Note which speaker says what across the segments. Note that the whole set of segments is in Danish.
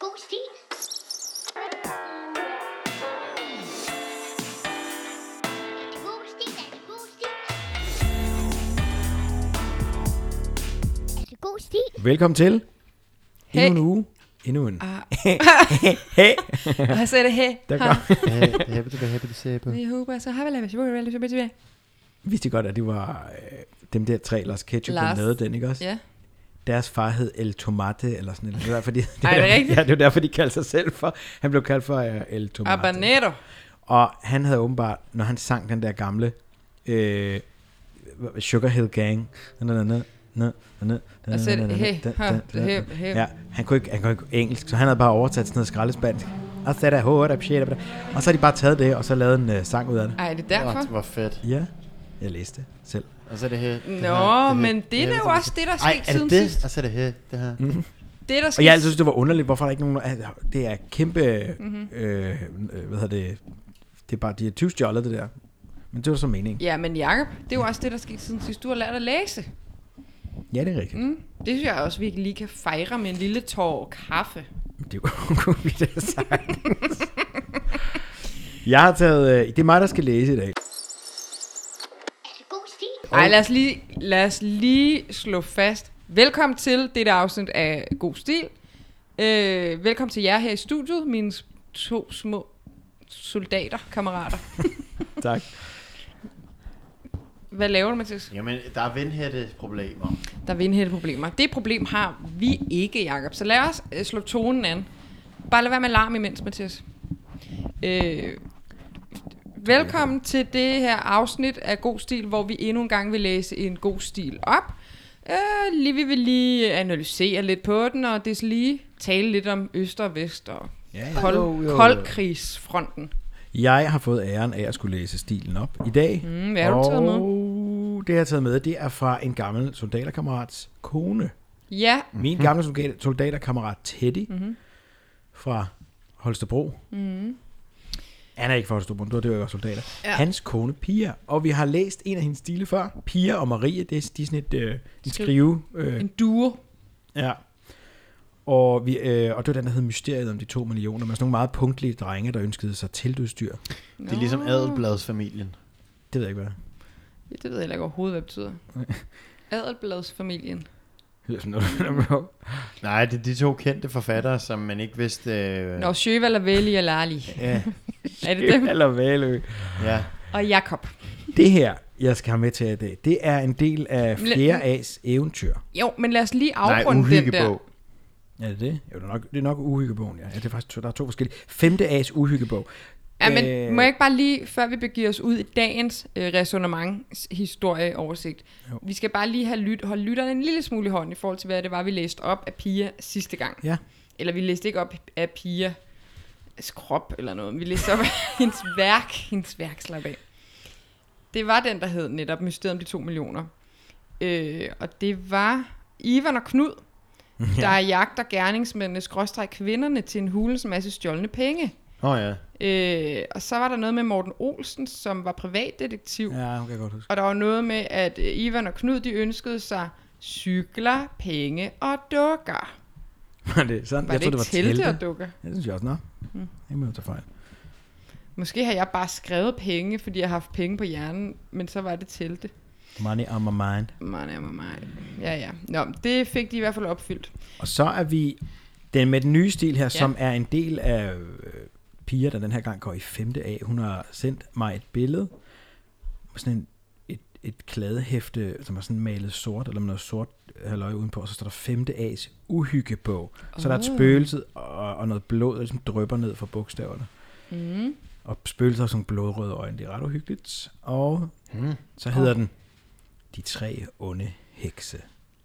Speaker 1: Boosty. God stil.
Speaker 2: Velkommen til. Hey.
Speaker 3: Hey.
Speaker 2: Endnu en uge. Endnu en.
Speaker 3: Ah.
Speaker 2: hey.
Speaker 3: Og jeg sagde det, hey,
Speaker 2: Der
Speaker 3: ha,
Speaker 2: går.
Speaker 4: Hæppe, du hæppe, du sæbe.
Speaker 3: vi håber, så har vi lavet sjovt, eller sjovt, eller
Speaker 2: Vidste I godt, at det var øh, dem der tre Lars Ketchup,
Speaker 3: Lars.
Speaker 2: der lavede den, ikke også?
Speaker 3: Ja.
Speaker 2: Deres far hed El Tomate, eller sådan noget. Det var derfor, de, det
Speaker 3: Ej, er det rigtigt?
Speaker 2: Ja, det var derfor, de kaldte sig selv for. Han blev kaldt for øh, El Tomate.
Speaker 3: Abanero.
Speaker 2: Og han havde åbenbart, når han sang den der gamle øh, Sugar Hill Gang, na, na, na, na, na, na,
Speaker 3: Og så er
Speaker 2: na,
Speaker 3: det,
Speaker 2: na,
Speaker 3: Altså, hey,
Speaker 2: na,
Speaker 3: ha,
Speaker 2: na,
Speaker 3: det
Speaker 2: na,
Speaker 3: her,
Speaker 2: na.
Speaker 3: her.
Speaker 2: Ja, han kunne, ikke, han kunne ikke engelsk, så han havde bare oversat sådan noget skraldespansk. Og så er der hårdt op, shit, op, der. Og så har de bare taget det, og så lavet en øh, sang ud af det.
Speaker 3: Ej, det er derfor.
Speaker 4: Det var fedt.
Speaker 2: Ja, jeg læste det selv.
Speaker 4: Og så er det her. det her,
Speaker 3: Nå,
Speaker 4: her,
Speaker 3: men det er
Speaker 4: her,
Speaker 3: da jo
Speaker 4: her.
Speaker 3: også det, der er
Speaker 4: Ej,
Speaker 3: sket
Speaker 4: er
Speaker 3: siden
Speaker 4: det det?
Speaker 3: sidst.
Speaker 4: Og så er det her, det her. Mm.
Speaker 3: Det, der
Speaker 2: Og jeg
Speaker 3: skal...
Speaker 2: altid synes, det var underligt, hvorfor er der ikke nogen... Altså, det er kæmpe...
Speaker 3: Mhm.
Speaker 2: Mm-hmm. Øh, øh, hvad hedder det? Det er bare, de er tyvstjålet, det der. Men det var så meningen.
Speaker 3: Ja, men Jacob, det er jo også det, der skete siden sidst. Du har lært at læse.
Speaker 2: Ja, det er rigtigt.
Speaker 3: Mm. Det synes jeg også, vi lige kan fejre med en lille tår kaffe.
Speaker 2: Det kunne vi da sagtens. Jeg har taget... Øh, det er mig, der skal læse i dag.
Speaker 1: God stil.
Speaker 3: Ej, lad os, lige, lad os lige slå fast. Velkommen til dette afsnit af God Stil. Øh, velkommen til jer her i studiet, mine to små soldater, kammerater.
Speaker 2: Tak.
Speaker 3: Hvad laver du, Mathias?
Speaker 4: Jamen, der er vindhætteproblemer.
Speaker 3: Der er vindhældeproblemer. Det problem har vi ikke, Jakob. Så lad os øh, slå tonen an. Bare lad være med larm imens, Mathias. Øh, velkommen til det her afsnit af God Stil, hvor vi endnu en gang vil læse en god stil op. Øh, lige, vi vil lige analysere lidt på den, og det lige tale lidt om øst og vest og
Speaker 2: Ja, ja. Jo, jo,
Speaker 3: kold,
Speaker 2: jo.
Speaker 3: koldkrigsfronten.
Speaker 2: Jeg har fået æren af at skulle læse stilen op i dag.
Speaker 3: Mm, hvad har du taget med?
Speaker 2: med? det, jeg har taget med, det er fra en gammel soldaterkammerats kone.
Speaker 3: Ja,
Speaker 2: Mm-hmm. Min gamle soldat- soldaterkammerat Teddy mm-hmm. fra Holstebro. Mm-hmm. Han er ikke fra Holstebro, men du det var jo soldater. Ja. Hans kone Pia. Og vi har læst en af hendes stile før. Pia og Marie, det er, de er sådan et øh, en skrive... Øh,
Speaker 3: en duo.
Speaker 2: ja. Og, vi, øh, og det var den, der hed Mysteriet om de to millioner, med sådan nogle meget punktlige drenge, der ønskede sig tildudsdyr. Det
Speaker 4: Det er ligesom Adelbladsfamilien.
Speaker 2: ved jeg ikke, hvad det
Speaker 3: Ja, det ved jeg heller ikke overhovedet, hvad det betyder. Adelbladsfamilien.
Speaker 2: er. Sådan noget.
Speaker 4: Nej, det er de to kendte forfattere, som man ikke vidste... Øh,
Speaker 3: Nå, Sjøvald og Veli og Lali.
Speaker 4: ja,
Speaker 3: Er det dem?
Speaker 2: Eller Valø.
Speaker 4: ja.
Speaker 3: Og Jakob.
Speaker 2: Det her, jeg skal have med til i dag, det er en del af
Speaker 3: Men-
Speaker 2: 4. A's eventyr.
Speaker 3: Jo, men lad os lige
Speaker 4: Nej,
Speaker 3: afrunde den der.
Speaker 4: uhyggebog.
Speaker 2: Er det det? Jo, det er nok, det er nok uhyggebogen, ja. ja. Det er faktisk to, der er to forskellige. Femte A's uhyggebog. Øh,
Speaker 3: Ja,
Speaker 4: Øh.
Speaker 3: men må jeg ikke bare lige, før vi begiver os ud i dagens øh, resonements historieoversigt. Jo. Vi skal bare lige have lyt, holde lytterne en lille smule i hånden i forhold til, hvad det var, vi læste op af Pia sidste gang.
Speaker 2: Ja.
Speaker 3: Eller vi læste ikke op af Pia krop eller noget. men Vi læste op af hendes værk. Hendes værk, slap af. Det var den, der hed netop Mysteriet om de to millioner. Øh, og det var Ivan og Knud, der jagter gerningsmændene, skråstreg kvinderne, til en hulens masse stjålne penge.
Speaker 4: Nå ja.
Speaker 3: Øh, og så var der noget med Morten Olsen, som var privatdetektiv. Ja.
Speaker 2: Ja, hun kan jeg godt huske.
Speaker 3: Og der var noget med, at øh, Ivan og Knud, de ønskede sig cykler, penge og dukker.
Speaker 2: Var det sådan?
Speaker 3: Var
Speaker 2: jeg
Speaker 3: det
Speaker 2: tror,
Speaker 3: ikke
Speaker 2: det var
Speaker 3: telte
Speaker 2: telte.
Speaker 3: og dukker?
Speaker 2: Ja, det synes jeg også. Nå. Mm. Det må jeg tage fejl.
Speaker 3: Måske har jeg bare skrevet penge, fordi jeg har haft penge på hjernen, men så var det telte.
Speaker 2: Money on my mind.
Speaker 3: Man, man, man. Ja, ja. Nå, det fik de i hvert fald opfyldt.
Speaker 2: Og så er vi den med den nye stil her, ja. som er en del af øh, piger, der den her gang går i 5. A. Hun har sendt mig et billede med sådan en, et, et kladehæfte, som er sådan malet sort, eller med noget sort halløj udenpå, og så står der 5. A's uhyggebog. Så der er et spøgelse og, og noget blod, der ligesom drøber ned fra bogstaverne.
Speaker 3: Mm.
Speaker 2: Og spøgelser har sådan nogle blodrøde øjne, det er ret uhyggeligt. Og mm. så hedder den De tre onde hekse.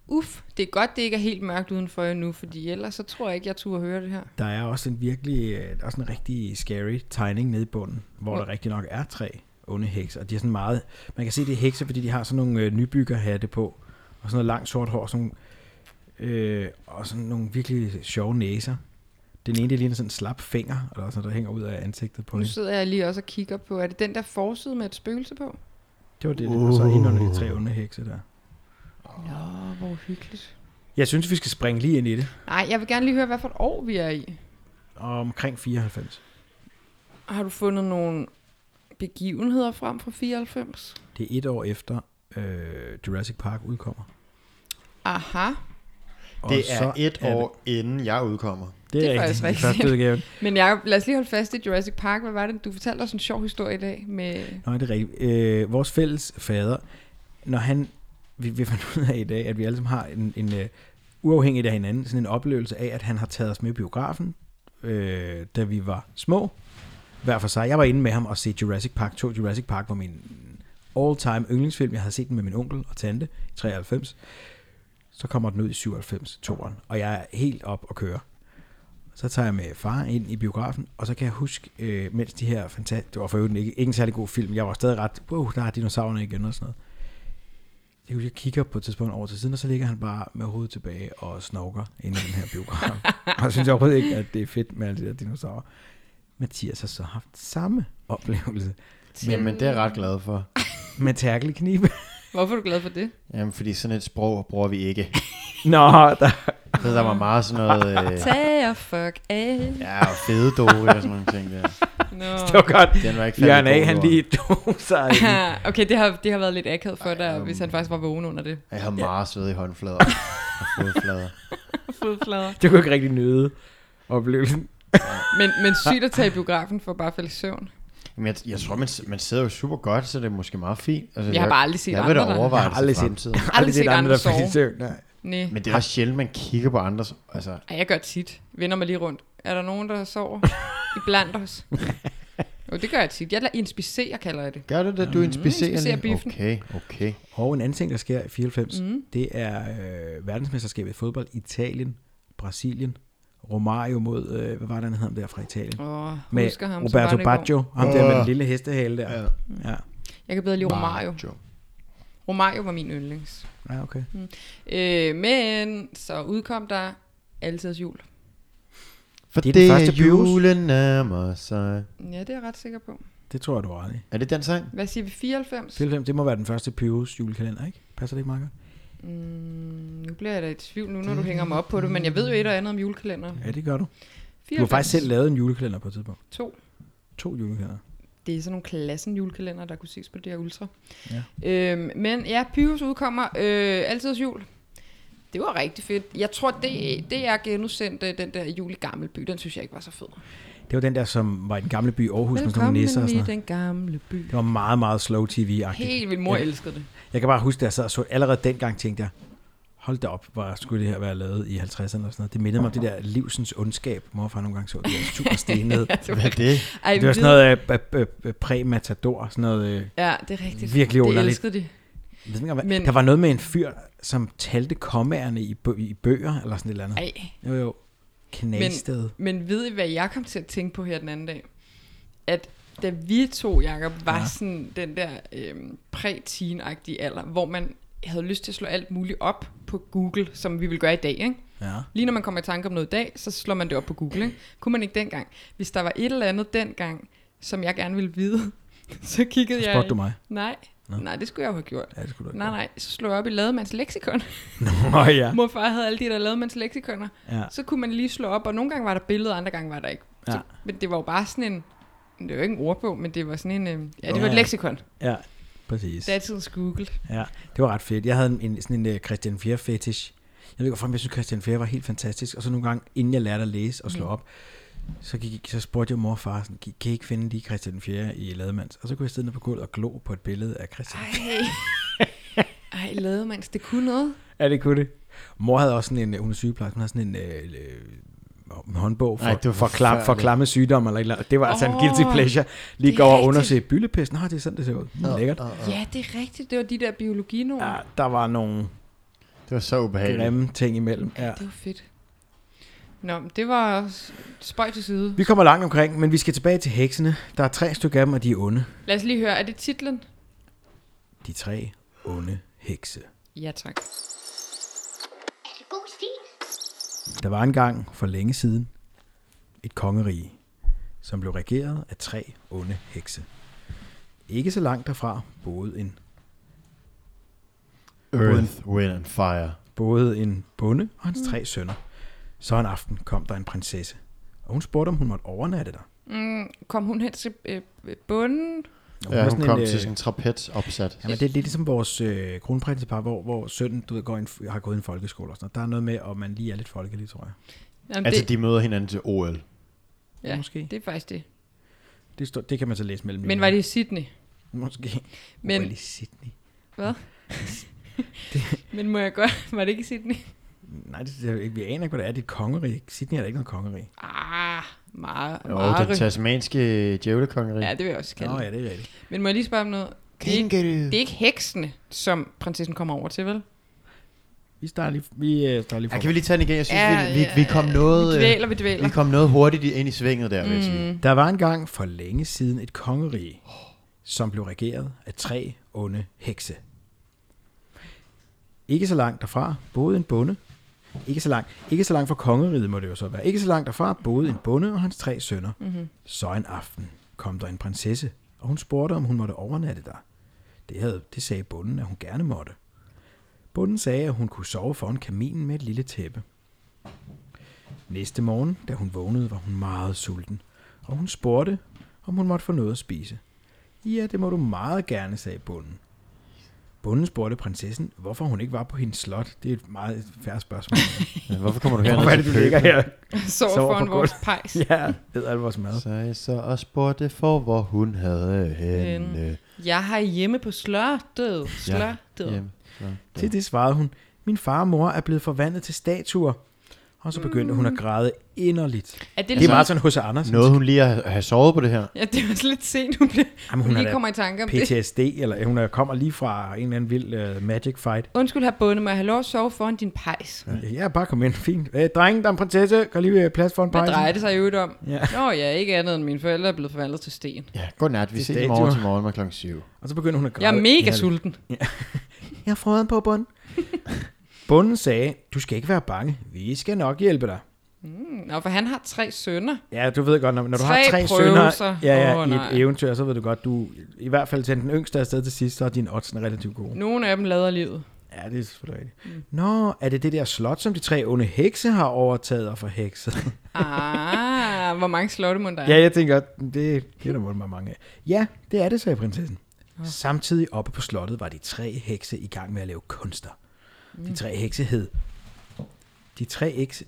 Speaker 3: Uff, det er godt, det ikke er helt mørkt udenfor endnu, fordi ellers så tror jeg ikke, jeg turde høre det her.
Speaker 2: Der er også en virkelig, øh, der er sådan en rigtig scary tegning nede i bunden, hvor der rigtig nok er tre onde hekse, og de er sådan meget, man kan se det er hekse, fordi de har sådan nogle øh, nybyggerhatte på, og sådan noget langt sort hår, sådan, nogle, øh, og sådan nogle virkelig sjove næser. Den ene, det ligner sådan en slap finger, eller sådan, noget, der hænger ud af ansigtet på
Speaker 3: Nu
Speaker 2: hende.
Speaker 3: sidder jeg lige også og kigger på, er det den der forside med et spøgelse på?
Speaker 2: Det var det, og så ind under de tre onde hekse der.
Speaker 3: Nå, hvor hyggeligt.
Speaker 2: Jeg synes, vi skal springe lige ind i det.
Speaker 3: Nej, jeg vil gerne lige høre, hvad for et år vi er i.
Speaker 2: Omkring 94.
Speaker 3: Har du fundet nogle begivenheder frem fra 94?
Speaker 2: Det er et år efter øh, Jurassic Park udkommer.
Speaker 3: Aha.
Speaker 2: Og
Speaker 4: Det er
Speaker 2: så
Speaker 4: et
Speaker 2: det-
Speaker 4: år, inden jeg udkommer.
Speaker 2: Det,
Speaker 3: Det
Speaker 2: det
Speaker 3: er
Speaker 2: er
Speaker 3: faktisk
Speaker 2: rigtigt. Den
Speaker 3: rigtigt.
Speaker 2: første udgave.
Speaker 3: Men Jacob, lad os lige holde fast i Jurassic Park. Hvad var det? Du fortalte os en sjov historie i dag med...
Speaker 2: Nå, det er rigtigt. Øh, vores fælles fader, når han, vi, vi fandt ud af i dag, at vi alle sammen har en, en uh, uafhængigt af hinanden, sådan en oplevelse af, at han har taget os med i biografen, øh, da vi var små, hver for sig. Jeg var inde med ham og se Jurassic Park 2. Jurassic Park var min all-time yndlingsfilm. Jeg havde set den med min onkel og tante i 93. Så kommer den ud i 97, toeren, og jeg er helt op og køre. Så tager jeg med far ind i biografen, og så kan jeg huske, øh, mens de her fantastiske... Det var for øvrigt ikke, ikke en særlig god film. Jeg var stadig ret... Wow, der er dinosaurerne igen og sådan noget. Jeg kan huske, jeg kigger på et tidspunkt over til siden, og så ligger han bare med hovedet tilbage og snorker inde i den her biograf. og jeg synes overhovedet ikke, at det er fedt med alle de der dinosaurer. Mathias har så haft samme oplevelse
Speaker 4: Men, men det er jeg ret glad for.
Speaker 2: med tærkelknibe.
Speaker 3: Hvorfor er du glad for det?
Speaker 4: Jamen, fordi sådan et sprog bruger vi ikke.
Speaker 2: Nå, der,
Speaker 4: Så der var meget sådan noget... Øh,
Speaker 3: Tag og fuck af.
Speaker 4: ja, og fede dog og sådan nogle ting der.
Speaker 3: Nå.
Speaker 2: det var godt.
Speaker 4: Den var ikke færdig
Speaker 2: Jørgen A,
Speaker 4: god
Speaker 2: han
Speaker 4: over.
Speaker 2: lige tog sig. en-
Speaker 3: Ah, okay, det har, det har været lidt akavet for dig,
Speaker 4: um.
Speaker 3: hvis han faktisk var vågen under det.
Speaker 4: Jeg har meget sved i håndflader og fodflader.
Speaker 3: Fodflader.
Speaker 2: Det kunne jeg ikke rigtig nyde oplevelsen.
Speaker 3: Men, men sygt at tage i biografen for bare at falde i søvn.
Speaker 4: Jamen, jeg, jeg tror, man, man sidder jo super godt, så det er måske meget fint. Altså,
Speaker 3: Jeg har bare aldrig set
Speaker 4: Jeg vil da
Speaker 3: andre, der-
Speaker 4: overveje
Speaker 2: Jeg
Speaker 4: det
Speaker 2: har
Speaker 4: til
Speaker 2: aldrig set-
Speaker 4: fremtiden.
Speaker 2: Jeg har
Speaker 3: Aldrig set andre
Speaker 2: der faldt i
Speaker 3: sove.
Speaker 2: søvn. Nej.
Speaker 3: Nej.
Speaker 4: Men det er også sjældent, man kigger på andres... Altså,
Speaker 3: Ej, jeg gør det tit. Vender mig lige rundt. Er der nogen, der sover i blandt os? Jo, det gør jeg tit. Jeg lader inspicere, kalder jeg det.
Speaker 4: gør du det, du
Speaker 3: inspicerer
Speaker 4: inspicerer lige?
Speaker 3: biffen.
Speaker 4: Okay, okay.
Speaker 2: Og en anden ting, der sker i 94, mm. det er øh, verdensmesterskabet i fodbold Italien, Brasilien, Romario mod, øh, hvad var det, han hed ham der fra Italien?
Speaker 3: Åh,
Speaker 2: Med
Speaker 3: husker ham, så var
Speaker 2: Roberto
Speaker 3: det i går.
Speaker 2: Baggio, ham der med den
Speaker 4: Åh.
Speaker 2: lille hestehale der. Ja,
Speaker 4: Ja.
Speaker 2: ja.
Speaker 3: Jeg kan bedre lide Romario.
Speaker 4: Macho.
Speaker 3: Romario var min yndlings.
Speaker 2: ja okay.
Speaker 3: Øh, men så udkom der Altidets jul.
Speaker 4: For
Speaker 2: Det er
Speaker 4: det,
Speaker 2: den
Speaker 4: det
Speaker 2: første
Speaker 4: er
Speaker 2: blues.
Speaker 4: julen nærmer sig.
Speaker 3: Ja, det er jeg ret sikker på.
Speaker 2: Det tror jeg, du har ret i.
Speaker 4: Er det den sang?
Speaker 3: Hvad siger vi? 94?
Speaker 2: 94, det må være den første Pyrus julekalender, ikke? Passer det ikke meget godt?
Speaker 3: Mm, nu bliver jeg da i tvivl nu, når du hænger mig op på det, men jeg ved jo et og andet om julekalender.
Speaker 2: Mm. Ja, det gør du. Du
Speaker 3: 94.
Speaker 2: har faktisk selv lavet en julekalender på et tidspunkt.
Speaker 3: To.
Speaker 2: To julekalender.
Speaker 3: Det er sådan nogle klassen julekalender, der kunne ses på det her Ultra.
Speaker 2: Ja.
Speaker 3: Øhm, men ja, Pyrus udkommer øh, altid jul. Det var rigtig fedt. Jeg tror, det, det er genudsendt øh, den der jul i Gammelby. Den synes jeg ikke var så fed.
Speaker 2: Det var den der, som var i den gamle by i Aarhus med sådan nogle
Speaker 3: ind
Speaker 2: nisser og sådan
Speaker 3: i
Speaker 2: noget.
Speaker 3: den gamle by.
Speaker 2: Det var meget, meget slow tv-agtigt.
Speaker 3: Helt vildt. Mor
Speaker 2: Ja.
Speaker 3: elskede det.
Speaker 2: Jeg kan bare huske, da jeg sad og så allerede dengang, tænkte jeg, hold da op, hvor skulle det her være lavet i 50'erne eller sådan noget. Det mindede mig om det der livsens ondskab, morfar nogle gange så. Det var super stenet.
Speaker 3: Ja, det
Speaker 4: Hvad er det?
Speaker 3: Ej,
Speaker 2: det var
Speaker 3: ved-
Speaker 2: sådan noget øh, øh, øh, præ-matador, sådan noget. Øh,
Speaker 3: Ja, det er rigtigt.
Speaker 2: Virkelig
Speaker 3: Det
Speaker 2: underligt.
Speaker 3: elskede de.
Speaker 2: jeg ved ikke, engang, hvad-
Speaker 3: Men-
Speaker 2: der var noget med en fyr, som talte kommerne i, bø- i bøger, eller sådan et eller andet.
Speaker 3: Ej,
Speaker 2: Jo, jo. Knæsted.
Speaker 3: men ved I, hvad jeg kom til at tænke på her den anden dag? At da vi to, Jacob, var ja.
Speaker 2: Ja.
Speaker 3: sådan den der øhm, præ teen alder, hvor man havde lyst til at slå alt muligt op på Google, som vi vil gøre i dag, ikke?
Speaker 2: Ja.
Speaker 3: Lige når man kommer i tanke om noget i dag, så slår man det op på Google, ikke? Kunne man ikke dengang? Hvis der var et eller andet dengang, som jeg gerne ville vide, så kiggede
Speaker 2: Så
Speaker 3: jeg...
Speaker 2: spurgte du mig.
Speaker 3: Nej,
Speaker 2: Nå.
Speaker 3: nej, det skulle jeg jo have gjort.
Speaker 2: Ja, det skulle du
Speaker 3: Nej, nej, så slog jeg op i Lademands leksikon.
Speaker 2: Nå, ja.
Speaker 3: Mor og far havde alle de der Lademands leksikoner.
Speaker 2: ja.
Speaker 3: Så kunne man lige slå op, og nogle gange var der billeder, andre gange var der ikke. Så,
Speaker 2: Ja.
Speaker 3: men det var jo bare sådan en... Det var ikke en ordbog, men det var sådan en... Øh, ja, det var
Speaker 2: Ja.
Speaker 3: et leksikon.
Speaker 2: Ja, præcis.
Speaker 3: Datidens Google.
Speaker 2: Ja, det var ret fedt. Jeg havde en- en, sådan en øh, Christian Fjer fetish. Jeg ved ikke hvorfor, men jeg synes Christian Fjer var helt fantastisk. Og så nogle gange, inden jeg lærte at læse og slå
Speaker 3: Mm.
Speaker 2: op, så, gik, så spurgte jeg mor og far, sådan, kan I ikke finde lige Christian Fjer i Lademands? Og så kunne jeg sidde nede på gulvet og glo på et billede af Christian. Ej.
Speaker 3: Ej. Ej, Lademands, det kunne noget.
Speaker 2: Ja, det kunne det. Mor havde også sådan en, øh, hun er sygeplejerske, hun havde sådan en øh, øh, håndbog for,
Speaker 4: Ej,
Speaker 2: Ej,
Speaker 4: det var
Speaker 2: det for, klam, for
Speaker 4: forfærdeligt.
Speaker 2: klamme sygdomme. Eller, et eller, andet. det var oh, altså en guilty
Speaker 3: Åh,
Speaker 2: pleasure.
Speaker 3: det
Speaker 2: Lige
Speaker 3: er
Speaker 2: gå over og
Speaker 3: rigtigt.
Speaker 2: undersøge byllepest. Nå, det er sådan, det ser ud. Mm, lækkert.
Speaker 4: Åh, åh, åh.
Speaker 3: Ja, det er rigtigt. Det var de der biologinoer.
Speaker 2: Ja, der var nogle
Speaker 4: Det var så ubehageligt.
Speaker 2: grimme ting imellem. Ja.
Speaker 3: Det var fedt. Nå, men det var s- spøj til side.
Speaker 2: Vi kommer langt omkring, men vi skal tilbage til heksene. Der er tre stykker af dem, og de er onde.
Speaker 3: Lad os lige høre, er det titlen?
Speaker 2: De tre onde hekse.
Speaker 3: Ja, tak.
Speaker 1: Er det god stil?
Speaker 2: Der var engang for længe siden et kongerige, som blev regeret af tre onde hekse. Ikke så langt derfra boede en...
Speaker 4: Earth, Wind and Fire.
Speaker 2: både en bonde og hans tre sønner. Så en aften kom der en prinsesse, og hun spurgte, om hun måtte overnatte der.
Speaker 3: Mm, Kom hun hen til øh, bunden?
Speaker 2: Og
Speaker 4: Ja,
Speaker 2: var
Speaker 4: hun
Speaker 2: sådan
Speaker 4: kom
Speaker 2: en,
Speaker 4: til
Speaker 2: øh,
Speaker 4: sådan en trapez opsat.
Speaker 2: Jamen, det, det er ligesom vores øh, kronprinsepar, hvor, hvor sønnen du ved, går i en, har gået i en folkeskole og sådan noget. Der er noget med, om man lige er lidt folkelig, tror jeg.
Speaker 3: Jamen,
Speaker 4: Altså,
Speaker 3: det,
Speaker 4: de møder hinanden til OL.
Speaker 3: ja,
Speaker 2: måske.
Speaker 3: det er faktisk det.
Speaker 2: Det, står, det kan man så læse mellem
Speaker 3: Men var det i Sydney?
Speaker 2: Måske.
Speaker 3: Men-
Speaker 2: Men... i Sydney.
Speaker 3: Hvad? Men må jeg godt? Var det ikke i Sydney?
Speaker 2: Nej, det, det, vi aner ikke, hvad det er. Det er et kongerige. Sydney er da ikke noget kongerige.
Speaker 3: Ah, meget,
Speaker 4: Jo,
Speaker 3: meget.
Speaker 4: den tasmanske djævlekongerige.
Speaker 3: Ja, det vil jeg også kalde
Speaker 2: Nå
Speaker 3: det.
Speaker 2: ja, det er rigtigt.
Speaker 3: Men må jeg lige spørge om noget? Det er, ikke, det er ikke heksene, som prinsessen kommer over til, vel?
Speaker 2: Vi starter lige, vi øh, starter lige
Speaker 4: Ja,
Speaker 2: for.
Speaker 4: kan vi lige tage den igen? Jeg synes,
Speaker 3: Ja,
Speaker 4: vi, vi, vi kom noget...
Speaker 3: Vi
Speaker 4: øh,
Speaker 3: dvæler, Mm. vi dvæler.
Speaker 4: Vi kom noget hurtigt ind i svinget der, vil jeg sige.
Speaker 2: Der var engang for længe siden et kongerige, som blev regeret af tre onde hekse. Ikke så langt derfra boede en bonde. Ikke så langt, ikke så langt fra kongeriget må det jo så være. Ikke så langt derfra boede en bonde og hans tre sønner. Mm-hmm. Så en aften kom der en prinsesse, og hun spurgte, om hun måtte overnatte der. Det, havde, det sagde bonden, at hun gerne måtte. Bonden sagde, at hun kunne sove foran kaminen med et lille tæppe. Næste morgen, da hun vågnede, var hun meget sulten, og hun spurgte, om hun måtte få noget at spise. Ja, det må du meget gerne, sagde bonden. Bonden spurgte prinsessen, hvorfor hun ikke var på hendes slot. Det er et meget færre spørgsmål.
Speaker 4: Ja, Hvorfor kommer du her?
Speaker 2: Hvorfor er det, du ligger her?
Speaker 3: Så
Speaker 2: Sover
Speaker 3: foran
Speaker 2: på
Speaker 3: vores pejs.
Speaker 2: Ja, ved alt vores mad.
Speaker 4: Så jeg så og spurgte for, hvor hun havde hende.
Speaker 3: Jeg har hjemme på slottet. Slottet.
Speaker 4: Hjem. Så-
Speaker 2: Til det svarede hun, min far og mor er blevet forvandlet til statuer. Og så begyndte hun at græde inderligt.
Speaker 3: Er Mm. ligesom- det,
Speaker 2: Det er
Speaker 3: lidt,
Speaker 2: meget sådan hos Andersen.
Speaker 4: Nåede hun lige at have sovet på det her?
Speaker 3: ja, det er også lidt sent, hun bliver...
Speaker 2: Jamen,
Speaker 3: hun
Speaker 2: hun er
Speaker 3: lige
Speaker 2: da
Speaker 3: kommer i tanke om det.
Speaker 2: PTSD, eller hun er- kommer lige fra en eller anden vild uh, magic fight.
Speaker 3: Undskyld, her bunde, må jeg have lov at sove foran din pejs?
Speaker 2: Ja, bare kom ind. Fint. Øh, drenge, der er en prinsesse. Kan lige øh, plads for en
Speaker 3: Hvad
Speaker 2: pejse?
Speaker 3: drejer det sig i øvrigt om?
Speaker 2: Ja.
Speaker 3: Nå ja, ikke andet end mine forældre er blevet forvandlet til sten.
Speaker 4: Ja, godnat. Vi
Speaker 2: Til
Speaker 4: ses i morgen
Speaker 2: statuer.
Speaker 4: til morgen med klokken 7.
Speaker 2: Og så begyndte hun at græde.
Speaker 3: Jeg er mega
Speaker 2: inderligt.
Speaker 3: sulten.
Speaker 2: Jeg har frøden på bunden. bunden sagde, du skal ikke være bange. Vi skal nok hjælpe dig.
Speaker 3: Nå, for han har tre sønner.
Speaker 2: Ja, du ved godt, når, når du
Speaker 3: Tre
Speaker 2: har tre
Speaker 3: prøvelser.
Speaker 2: sønner ja, ja,
Speaker 3: Åh,
Speaker 2: i
Speaker 3: nej.
Speaker 2: et eventyr, så ved du godt, du i hvert fald til den yngste afsted til sidst, så er dine odds relativt gode.
Speaker 3: Nogle af dem lader livet.
Speaker 2: Ja, det er selvfølgelig rigtigt.
Speaker 3: Mm.
Speaker 2: Nå, er det det der slot, som de tre onde hekse har overtaget og forhekset?
Speaker 3: Ah, hvor mange slotte må der er.
Speaker 2: Ja, jeg tænker, det kender man mig mange af. Ja, det er det, sagde prinsessen. Samtidig oppe på slottet var de tre hekse i gang med at lave kunster.
Speaker 3: Mm.
Speaker 2: De tre hekse hed... De tre hekse...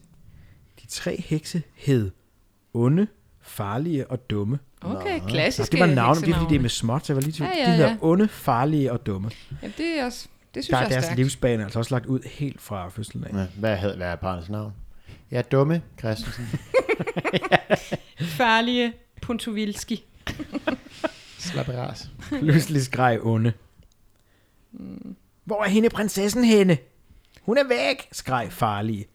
Speaker 2: De tre hekse hed onde, farlige og dumme.
Speaker 3: Okay,
Speaker 2: Og
Speaker 3: klassiske
Speaker 2: det var navnet, det er fordi det er
Speaker 3: heksenavne.
Speaker 2: med småt, så jeg var lige til.
Speaker 3: Ja,
Speaker 2: Ja,
Speaker 3: ja,
Speaker 2: ja, De hedder
Speaker 3: ja.
Speaker 2: onde, farlige og dumme.
Speaker 3: Jamen, det er også... Det synes
Speaker 2: Der
Speaker 3: jeg
Speaker 2: er
Speaker 3: er
Speaker 2: deres
Speaker 3: stærkt.
Speaker 2: livsbane altså også lagt ud helt fra fødslen af.
Speaker 4: Ja, hvad, havde, hvad er parrets navn? Ja, dumme Christensen.
Speaker 3: Farlige Puntovilski.
Speaker 4: Slap af ras.
Speaker 2: Pludselig skreg onde. Hvor er hende prinsessen henne? Hun er væk, skreg farlige.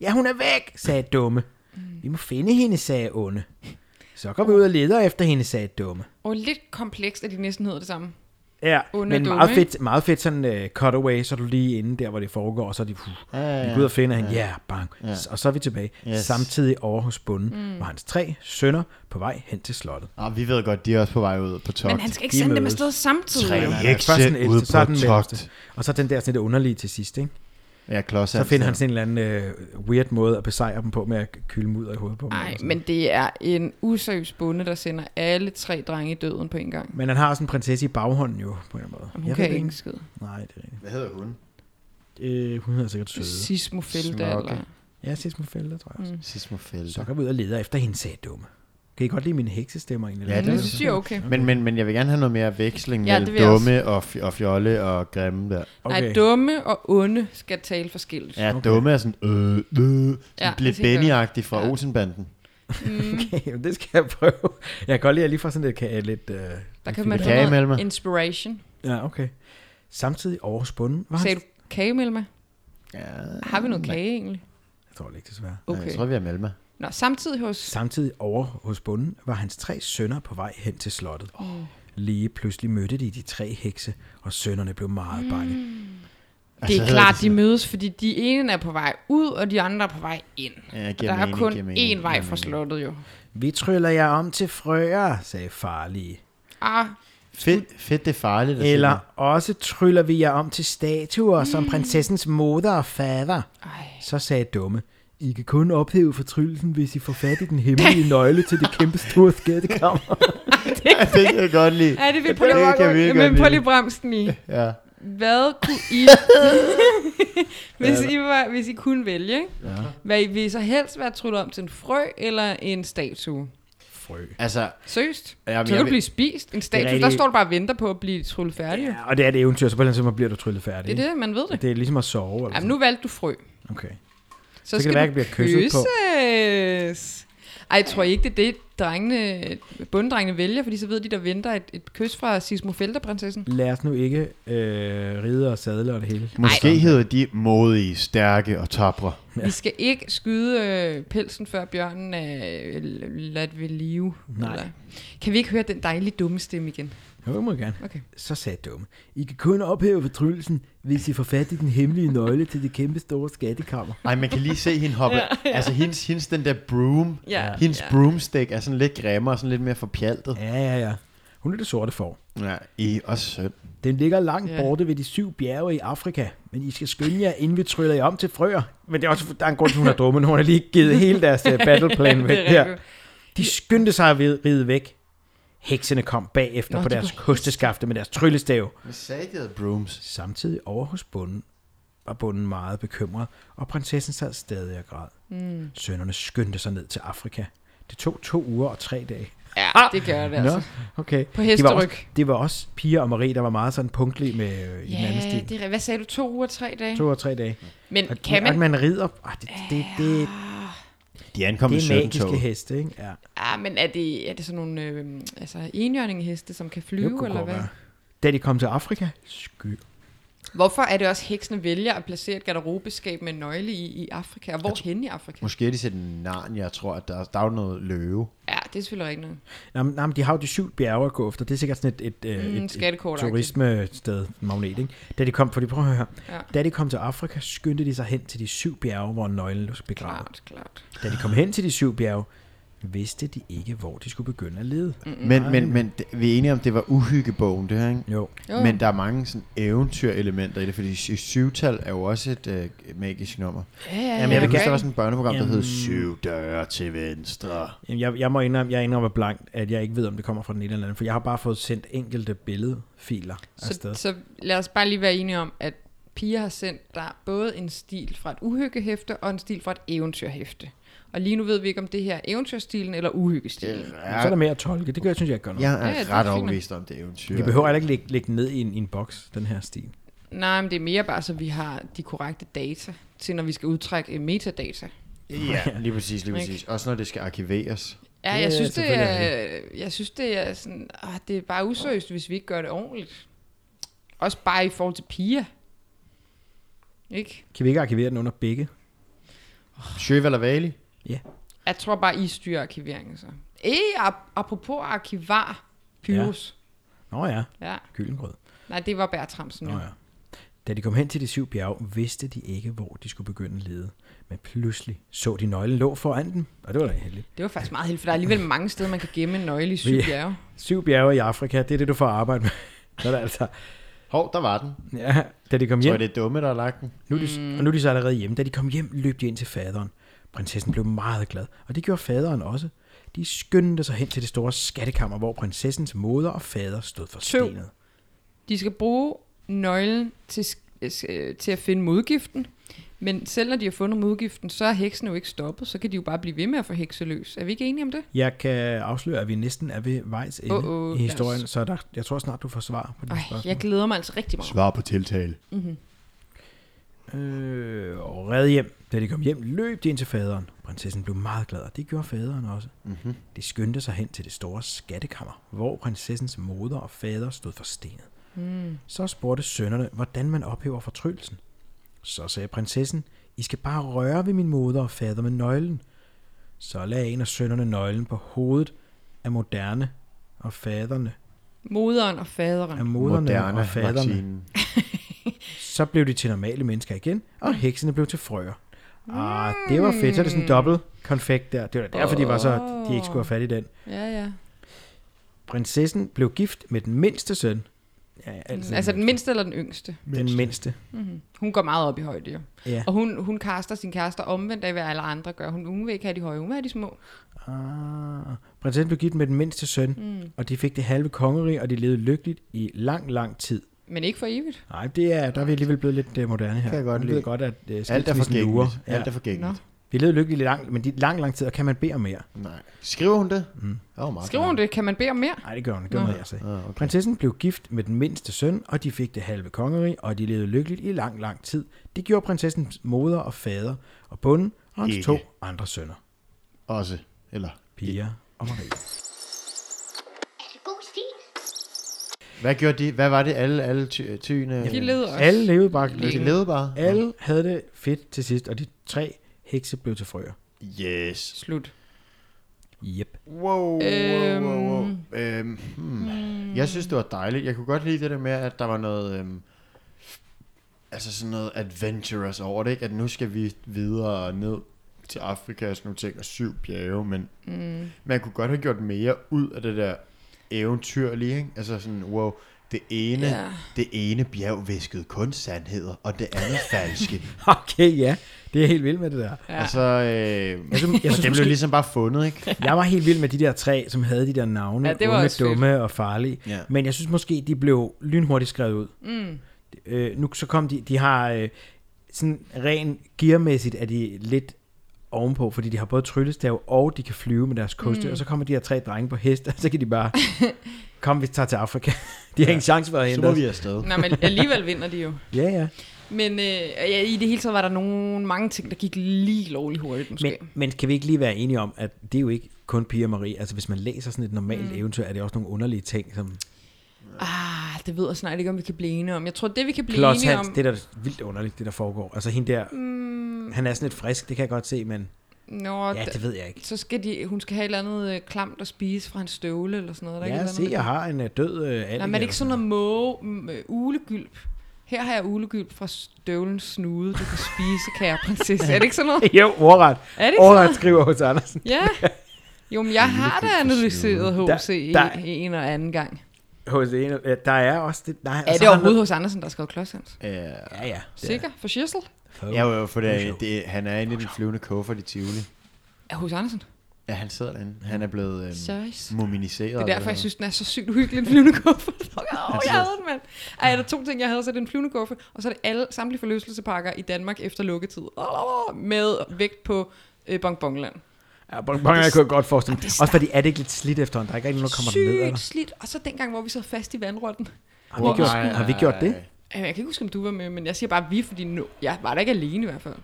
Speaker 2: Ja, hun er væk, sagde dumme. Vi må finde hende, sagde onde. Så går vi ud og leder efter hende, sagde dumme.
Speaker 3: Og lidt komplekst, at de næsten hedder det samme.
Speaker 2: Ja,
Speaker 3: Onde
Speaker 2: men
Speaker 3: dumme,
Speaker 2: meget
Speaker 3: ikke?
Speaker 2: fedt, meget fedt sådan uh, cutaway, så er du lige inde der, hvor det foregår, og så er de, uh,
Speaker 4: Ja, ja,
Speaker 2: vi
Speaker 4: ja.
Speaker 2: går ud og finder hende, ja, bang,
Speaker 4: Ja.
Speaker 2: og så er vi tilbage.
Speaker 4: Yes.
Speaker 2: Samtidig over hos bunden mm. var hans tre sønner på vej hen til slottet.
Speaker 4: Og vi ved godt, de er også på vej ud på togt.
Speaker 3: Men han skal ikke
Speaker 2: de
Speaker 3: sende dem
Speaker 2: mødes.
Speaker 3: afsted samtidig.
Speaker 4: Tre
Speaker 3: jo.
Speaker 2: nej,
Speaker 4: hekse
Speaker 2: først den ældste,
Speaker 4: ude
Speaker 2: så er den
Speaker 4: på togt.
Speaker 2: mellemste. Og så den der sådan lidt underlige til sidst, ikke?
Speaker 4: Ja, klods
Speaker 2: Så finder han sådan en eller anden øh, weird måde at besejre dem på med at kylde mudder i hovedet på dem.
Speaker 3: Nej,
Speaker 2: eller sådan
Speaker 3: men det er en useriøs bonde, der sender alle tre drenge i døden på en gang.
Speaker 2: noget. Men han har sådan en prinsesse i baghånden jo, på en eller anden måde.
Speaker 3: Jamen,
Speaker 2: Jeg
Speaker 3: Hun
Speaker 2: ved
Speaker 3: kan
Speaker 2: det
Speaker 3: ikke skide.
Speaker 2: Nej, det er rigtigt.
Speaker 4: Hvad hedder hun?
Speaker 2: Øh, hun hedder sikkert Søde.
Speaker 3: Sismofelda
Speaker 4: Smukke.
Speaker 3: eller...
Speaker 2: Ja, Sismofelda, tror jeg også. Mm.
Speaker 4: Sismofelda.
Speaker 2: Så går vi ud og leder efter hende, sagde dumme. Kan I godt lide mine heksestemmer egentlig?
Speaker 4: Ja,
Speaker 3: Ja,
Speaker 4: det
Speaker 3: det
Speaker 4: er
Speaker 3: synes jeg er okay.
Speaker 4: Men, men, men jeg vil gerne have noget mere veksling
Speaker 3: Ja,
Speaker 4: ja,
Speaker 3: det
Speaker 4: mellem
Speaker 3: vil jeg
Speaker 4: dumme og, fj- og fjolle og grimme der.
Speaker 3: Okay. Nej, dumme og onde skal tale forskelligt.
Speaker 4: Ja, okay. dumme er sådan, øh, øh, sådan
Speaker 3: Ja,
Speaker 4: ja,
Speaker 3: det
Speaker 4: lidt
Speaker 3: tænker jeg.
Speaker 4: Benny-agtig fra
Speaker 3: Ja.
Speaker 4: ja. Olsenbanden.
Speaker 2: Okay, jamen, det skal jeg prøve. Jeg kan godt lide, at jeg lige får sådan lidt... Ka- lidt øh,
Speaker 3: Der
Speaker 2: lidt
Speaker 3: kan man
Speaker 2: fedt.
Speaker 3: få
Speaker 4: Kage, Melma.
Speaker 3: noget inspiration.
Speaker 2: Ja, okay. Samtidig over hos bunden var han...
Speaker 3: Sagde du kage, Melma?
Speaker 4: Ja,
Speaker 3: Har vi noget kage egentlig?
Speaker 2: Jeg tror det ikke, desværre.
Speaker 4: jeg
Speaker 3: Okay.
Speaker 4: tror, vi er Malma.
Speaker 3: Nå, samtidig hos...
Speaker 2: Samtidig over hos bunden var hans tre sønner på vej hen til slottet. Oh. Lige pludselig mødte de de tre hekse, og sønnerne blev meget bange. Mm.
Speaker 3: Det er
Speaker 4: Altså, hedder
Speaker 3: klart,
Speaker 4: det
Speaker 3: de mødes, fordi de ene er på vej ud, og de andre er på vej ind.
Speaker 4: Ja,
Speaker 3: Og der er kun én vej fra
Speaker 4: slå.
Speaker 3: slottet jo.
Speaker 2: Vi tryller jer om til frøer, sagde farlige.
Speaker 3: Ah,
Speaker 4: Fedt, fedt det er farligt. at
Speaker 2: Eller
Speaker 4: sige.
Speaker 2: også tryller vi jer om til statuer
Speaker 3: Mm.
Speaker 2: som prinsessens moder og fader.
Speaker 3: Ej.
Speaker 2: Så sagde dumme. I kan kun ophæve fortryllelsen, hvis I får fat i den hemmelige nøgle til det kæmpe store skattekammer.
Speaker 4: Ja, det kan jeg godt lide.
Speaker 3: Ja, det vil
Speaker 4: Det kan vi ikke
Speaker 3: Polly, men
Speaker 4: godt
Speaker 3: Polly
Speaker 4: lide.
Speaker 3: Bremsen i.
Speaker 4: Ja.
Speaker 3: Hvad kunne I, hvis, I var, hvis I kunne vælge, ja. hvad I vil I så helst være tryllet om til en frø eller en statue?
Speaker 2: Frø.
Speaker 4: Altså,
Speaker 3: Seriøst?
Speaker 4: Jamen,
Speaker 3: Jamen, så kan
Speaker 4: jeg
Speaker 3: du
Speaker 4: vil-
Speaker 3: blive spist. En statue,
Speaker 2: rigtigt.
Speaker 3: der står du bare og venter på at blive tryllet færdig. Ja.
Speaker 2: Ja, og det er et eventyr, så på den måde bliver du tryllet færdig.
Speaker 3: Det er det, man ved det.
Speaker 2: det er ligesom at sove. Eller
Speaker 3: Jamen, nu valgte du frø.
Speaker 2: sådan. Okay.
Speaker 3: Så,
Speaker 2: det
Speaker 3: skal
Speaker 2: være,
Speaker 3: du
Speaker 2: at jeg bliver kysset på.
Speaker 3: kysses. Ej, tror I ikke, det er det, drengene, bunddrengene vælger? Fordi så ved de, der venter et, et kys fra Sismofelterprinsessen.
Speaker 2: Lad os nu ikke øh, ride og sadle og det hele.
Speaker 4: måske hedder de modige, stærke og tapre.
Speaker 3: Ja. Vi skal ikke skyde øh, pelsen, før bjørnen er øh, ladt ved live.
Speaker 2: Nej.
Speaker 3: Kan vi ikke høre den dejlige dumme stemme igen?
Speaker 2: Jo, det må jeg gerne.
Speaker 3: Okay.
Speaker 2: Så sagde dumme. I kan kun ophæve fortryllelsen, hvis I får fat i den hemmelige nøgle til det kæmpe store skattekammer.
Speaker 4: Ej, man kan lige se hende hoppe. ja, ja. Altså, hendes, hendes den der broom,
Speaker 3: Ja,
Speaker 4: hendes
Speaker 3: ja.
Speaker 4: broomstick er sådan lidt grimmere og sådan lidt mere forpjaltet.
Speaker 2: Ja, ja, ja. Hun er det sorte for.
Speaker 4: Ja, I er også sød.
Speaker 2: Den ligger langt
Speaker 3: Ja.
Speaker 2: yeah. borte ved de syv bjerge i Afrika, men I skal skynde jer, inden vi tryller jer om til frøer. Men det er også, der er en grund til, hun er dumme. Hun har lige givet hele deres øh, battleplan væk
Speaker 3: Det er
Speaker 2: her.
Speaker 3: rigtigt.
Speaker 2: De skyndte sig at vid- ride væk. Heksene kom bagefter
Speaker 3: Nå,
Speaker 2: Nå, på
Speaker 3: de
Speaker 2: deres
Speaker 3: var
Speaker 2: kosteskafte med deres tryllestav.
Speaker 4: Men sagde de havde brooms?
Speaker 2: Samtidig over hos bunden var bunden meget bekymret, og prinsessen sad stadig og græd. Mm. Sønderne skyndte sig ned til Afrika. Det tog to uger og tre dage.
Speaker 3: Ja, det gør det altså.
Speaker 2: okay.
Speaker 3: På
Speaker 2: Det var, også,
Speaker 3: hesteryg.
Speaker 2: det var også Pia og Marie, der var meget sådan punktlige med øh,
Speaker 3: Ja,
Speaker 2: yeah, hinandens
Speaker 3: det er, ri- hvad sagde du? To uger, tre dage?
Speaker 2: To og tre dage.
Speaker 3: Men
Speaker 2: Og, man?
Speaker 3: kan man...
Speaker 2: At man rider... Ah, det, det, det,
Speaker 4: De ankom
Speaker 2: det
Speaker 4: i
Speaker 2: er
Speaker 4: 17
Speaker 2: magiske
Speaker 4: tog.
Speaker 2: heste, ikke? Ja,
Speaker 3: Ah, men er det, er det sådan nogle øh, altså, enhjørningheste, som kan
Speaker 2: det
Speaker 3: flyve,
Speaker 2: kunne
Speaker 3: eller
Speaker 2: godt
Speaker 3: hvad?
Speaker 2: være. Da de kom til Afrika, sky.
Speaker 3: Hvorfor er det også, heksene vælger at placere et garderobeskab med en nøgle i, i Afrika? Og hvor hen i Afrika?
Speaker 4: Måske er de sætter en narn, jeg tror, at der, der er jo noget løve.
Speaker 3: Ja, det er selvfølgelig rigtigt. nok.
Speaker 2: Nå, men- nå, men de har jo de syv bjerge at gå efter. Det er sikkert sådan et, et, mm, et, et
Speaker 3: skattekortagtigt.
Speaker 2: turismested, magnet, ikke? Da de kom, for de prøver at høre her.
Speaker 3: Ja.
Speaker 2: Ja. Da de kom til Afrika, skyndte de sig hen til de syv bjerge, hvor nøglen lå begravet.
Speaker 3: Klart, klart.
Speaker 2: Da de kom hen til de syv bjerge, vidste de ikke, hvor de skulle begynde at lede. Mm.
Speaker 4: Men, men, men det- vi er enige om, det var uhyggebogen, det her, ikke?
Speaker 2: Jo.
Speaker 3: Jo.
Speaker 4: Men der er mange sådan eventyrelementer i det, fordi sy- syvtal er jo også et øh, magisk nummer.
Speaker 3: Ja, ja,
Speaker 4: Jamen, jeg
Speaker 3: ja.
Speaker 4: kan huske, der var sådan et børneprogram, der hed
Speaker 2: Jamen.
Speaker 4: Syv døre til venstre.
Speaker 2: Jamen, Jeg, jeg må indrømme, jeg indrømmer blankt, at jeg ikke ved, om det kommer fra den ene eller anden, for jeg har bare fået sendt enkelte billedfiler
Speaker 3: Så,
Speaker 2: afsted.
Speaker 3: så lad os bare lige være enige om, at Pia har sendt dig både en stil fra et uhyggehæfte og en stil fra et eventyrhæfte. Og lige nu ved vi ikke, om det her er eventyrstilen eller uhyggestilen.
Speaker 2: Ja. Så er der mere at tolke. Det gør jeg, synes jeg ikke gør noget.
Speaker 4: Jeg
Speaker 3: Ja, det er
Speaker 4: er
Speaker 3: fint
Speaker 4: ret
Speaker 3: nok.
Speaker 4: overbevist om det eventyr.
Speaker 2: Vi behøver heller ikke lægge, lægge den ned i en, i en boks, den her stil.
Speaker 3: Nej, men det er mere bare, så vi har de korrekte data til, når vi skal udtrække eh, metadata.
Speaker 4: Ja, lige præcis, lige
Speaker 3: Ikke?
Speaker 4: præcis. Også når det skal arkiveres.
Speaker 3: Ja,
Speaker 2: Det
Speaker 3: jeg
Speaker 2: er
Speaker 3: synes, det
Speaker 2: selvfølgelig
Speaker 3: er, jeg synes, det er sådan, ah, det er bare useriøst, hvis vi ikke gør det ordentligt. Også bare i forhold til piger. Ikke?
Speaker 2: Kan vi ikke arkivere den under begge?
Speaker 4: Sjøv eller Vali?
Speaker 2: Ja.
Speaker 3: Jeg tror bare, I styrer arkiveringen så. Ej, ap- apropos arkivar, Pyrus.
Speaker 2: Nå ja,
Speaker 3: Ja. ja.
Speaker 2: kyllingrød.
Speaker 3: Nej, det var Bertramsen.
Speaker 2: Nå
Speaker 3: jo.
Speaker 2: ja. Da de kom hen til de syv bjerge, vidste de ikke, hvor de skulle begynde at lede. Men pludselig så de nøglen lå foran dem, og det var da heldigt.
Speaker 3: Det var faktisk meget heldigt, for der er alligevel mange steder, man kan gemme en nøgle i syv
Speaker 2: Vi-
Speaker 3: bjerge.
Speaker 2: Syv bjerge i Afrika, det er det, du får arbejde med. Så er der altså,
Speaker 4: Hov, der var den. Jeg
Speaker 2: ja, da de kom
Speaker 4: tror,
Speaker 2: hjem,
Speaker 4: det er dumme, der har lagt den.
Speaker 2: nu er de,
Speaker 3: Mm.
Speaker 2: og nu er de så allerede hjemme. Da de kom hjem, løb de ind til faderen. Prinsessen blev meget glad, og det gjorde faderen også. De skyndte sig hen til det store skattekammer, hvor prinsessens moder og fader stod for
Speaker 3: Tøv.
Speaker 2: stenet.
Speaker 3: De skal bruge nøglen til, sk- s- øh, til at finde modgiften. Men selv når de har fundet modgiften, så er heksen jo ikke stoppet. Så kan de jo bare blive ved med at få hekseløs. Er vi ikke enige om det?
Speaker 2: Jeg kan afsløre, at vi næsten er ved vejs ende
Speaker 3: Åh, åh,
Speaker 2: i historien,
Speaker 3: lad
Speaker 2: så der, jeg tror snart, du får svar på dine
Speaker 3: Ej,
Speaker 2: spørgsmål.
Speaker 3: jeg glæder mig altså rigtig meget.
Speaker 4: Svar på tiltale.
Speaker 2: Øh, og red hjem. Da de kom hjem, løb de ind til faderen. Prinsessen blev meget glad, og det gjorde faderen også. Mm-hmm. De skyndte sig hen til det store skattekammer, hvor prinsessens moder og fader stod for stenet. Mm. Så spurgte sønnerne, hvordan man ophæver fortryllelsen. Så sagde prinsessen, I skal bare røre ved min moder og fader med nøglen. Så lagde en af sønnerne nøglen på hovedet af moderne og faderne.
Speaker 3: Moderen og faderen.
Speaker 2: Af moderne
Speaker 4: Moderne
Speaker 2: og faderne.
Speaker 4: vaccinen.
Speaker 2: Så blev de til normale mennesker igen, og heksene blev til frøer. Ah, det var fedt. Så er det sådan en dobbelt konfekt der. Det var da derfor, de var så, de ikke skulle have fat i den.
Speaker 3: Ja, ja.
Speaker 2: Prinsessen blev gift med den mindste søn. Ja, altså,
Speaker 3: Altså den mindste eller den yngste.
Speaker 2: den mindste.
Speaker 3: Hun går meget op i højde, jo.
Speaker 2: Ja.
Speaker 3: Og hun, hun kaster sin kærester omvendt af, hvad alle andre gør. Hun, hun vil ikke have de høje, hun vil have de små.
Speaker 2: Ah. Prinsessen blev gift med den mindste søn, mm. og de fik det halve kongerige, og de levede lykkeligt i lang, lang tid.
Speaker 3: Men ikke for evigt.
Speaker 2: Nej, det er, der er vi alligevel blevet lidt øh, moderne her.
Speaker 4: Kan jeg godt
Speaker 2: Hun ved
Speaker 4: lide.
Speaker 2: godt, at uh,
Speaker 4: Alt er forgængeligt.
Speaker 2: Ja.
Speaker 4: Alt er
Speaker 3: Nå.
Speaker 4: forgængeligt.
Speaker 2: Vi levede lykkeligt i lang, men de, lang, lang tid, og kan man bede om mere?
Speaker 4: Nej. Skriver hun det? Mm. Oh, meget
Speaker 3: Skriver hun
Speaker 4: godt.
Speaker 3: det? Kan man bede om mere?
Speaker 2: Nej, det gør hun. Det gør
Speaker 3: Nå.
Speaker 2: hun, jeg sagde.
Speaker 4: Ah, okay.
Speaker 2: Prinsessen blev gift med den mindste søn, og de fik det halve kongerige, og de levede lykkeligt i lang, lang tid. Det gjorde prinsessens moder og fader, og bunden og hans
Speaker 4: Ikke.
Speaker 2: to andre sønner,
Speaker 4: Også. Eller,
Speaker 2: Pia og Marie.
Speaker 1: Er det god stil?
Speaker 4: hvad gjorde de? Hvad var det, alle, alle ty- tyene?
Speaker 3: De levede også.
Speaker 2: Alle levede bare
Speaker 4: de
Speaker 2: lykkeligt.
Speaker 4: levede bare?
Speaker 2: Alle havde det fedt til sidst, og de tre hekse blev til frøer.
Speaker 4: Yes.
Speaker 3: Slut.
Speaker 2: Yep.
Speaker 4: Wow, wow, wow, wow. Øhm, hmm. Jeg synes, det var dejligt. Jeg kunne godt lide det der med, at der var noget... Øhm, altså sådan noget adventurous over det, ikke? At nu skal vi videre ned til Afrika og sådan nogle ting, og syv bjerge, men mm. man kunne godt have gjort mere ud af det der eventyrlige, ikke? Altså sådan, wow, det ene,
Speaker 3: Ja.
Speaker 4: yeah. det ene bjerg viskede kun sandheder, og det andet falske.
Speaker 2: Okay, ja. Det er helt vildt med det der.
Speaker 4: ja. Og så... Øh,
Speaker 2: Jeg synes- jeg
Speaker 4: og
Speaker 2: synes
Speaker 4: det blev
Speaker 2: måske-
Speaker 4: ligesom bare fundet, ikke?
Speaker 2: Jeg var helt vild med de der tre, som havde de der navne, ja,
Speaker 3: Ja, det var
Speaker 2: onde,
Speaker 3: også fedt.
Speaker 2: dumme og farlige.
Speaker 4: Ja.
Speaker 2: Men jeg synes måske, de blev lynhurtigt skrevet ud. Mm. Øh, nu så kom de, de har øh, sådan ren gearmæssigt er de lidt ovenpå, fordi de har både tryllestav og de kan flyve med deres koste, mm. og så kommer de her tre drenge på hest, og så kan de bare, kom vi tager til Afrika. De har ja. ingen chance for at
Speaker 4: Så
Speaker 2: hente
Speaker 4: var
Speaker 2: os.
Speaker 4: vi afsted.
Speaker 3: Nej, men alligevel vinder de jo.
Speaker 2: Ja, ja.
Speaker 3: Men øh, ja, i det hele taget var der nogle, mange ting, der gik lige lovligt hurtigt, måske.
Speaker 2: Men,
Speaker 3: Men,
Speaker 2: men kan vi ikke lige være enige om, at det er jo ikke kun Pia og Marie. Altså hvis man læser sådan et normalt mm. eventyr, er det også nogle underlige ting, som
Speaker 3: ah, det ved jeg snart ikke, om vi kan blive enige om. Jeg tror, det vi kan blive
Speaker 2: Klods
Speaker 3: enige
Speaker 2: Hans,
Speaker 3: om...
Speaker 2: det er da vildt underligt, det der foregår. Altså hende der, mm. han er sådan lidt frisk, det kan jeg godt se, men
Speaker 3: Nå,
Speaker 2: ja,
Speaker 3: d-
Speaker 2: det ved jeg ikke.
Speaker 3: så skal de, hun skal have et eller andet øh, klamt at spise fra hans støvle eller sådan noget. Der er ikke
Speaker 2: Ja,
Speaker 3: et eller andet
Speaker 2: se,
Speaker 3: med det.
Speaker 2: jeg har en øh, død øh, alge.
Speaker 3: Nej, men er det ikke sådan noget måge, mm, øh, ulegylp? Her har jeg ulegylp fra støvlens snude, du kan spise, kære prinsesse. Er det ikke sådan noget?
Speaker 2: Jo, ordret.
Speaker 3: Er det ikke sådan
Speaker 2: Ordret skriver hos Andersen.
Speaker 3: noget? Ja. Jo, men jeg har da analyseret H.C.
Speaker 2: Der- der-
Speaker 3: en- en og anden gang.
Speaker 2: Hos en, øh, der er også det. Nej, og
Speaker 3: Er
Speaker 2: så
Speaker 3: det
Speaker 2: har han
Speaker 3: overhovedet hos Andersen, der har skrevet klodshands?
Speaker 4: Ja,
Speaker 2: noget- Ja, ja.
Speaker 3: Sikker? For Schissel?
Speaker 2: Ja,
Speaker 4: Ja, jo, jo, for
Speaker 2: Det er
Speaker 4: det,
Speaker 2: sjovt.
Speaker 4: det, han er inde i den flyvende kuffert i Tivoli.
Speaker 3: Ja, hos Andersen.
Speaker 4: Ja, han sidder derinde. Han er blevet øhm,
Speaker 3: Seriøs.
Speaker 4: muminiseret.
Speaker 3: Det er derfor, jeg
Speaker 4: eller
Speaker 3: synes, den er så sygt uhyggelig, en flyvende kuffert. Fuck, Åh,
Speaker 2: Altså-
Speaker 3: jeg havde den, mand. Ej, der er to ting, jeg havde, så er det en flyvende kuffert, og så er det alle samtlige forløselsepakker i Danmark efter lukketid. Åh, Med vægt på øh, bonbonland.
Speaker 2: ja bon, bon, jeg kunne godt forestille mig.
Speaker 3: det er
Speaker 2: Også fordi, er det ikke lidt slidt efter Der er ikke rigtig nogen, der kommer ned.
Speaker 3: Sygt
Speaker 2: Eller?
Speaker 3: slidt. Og så dengang, hvor vi sad fast i vandrotten.
Speaker 2: Har, vi gjort,
Speaker 4: Nej.
Speaker 2: har vi gjort det?
Speaker 3: Øh, Jeg kan ikke huske, om du var med, men jeg siger bare vi, fordi nu, jeg var der ikke alene i hvert fald.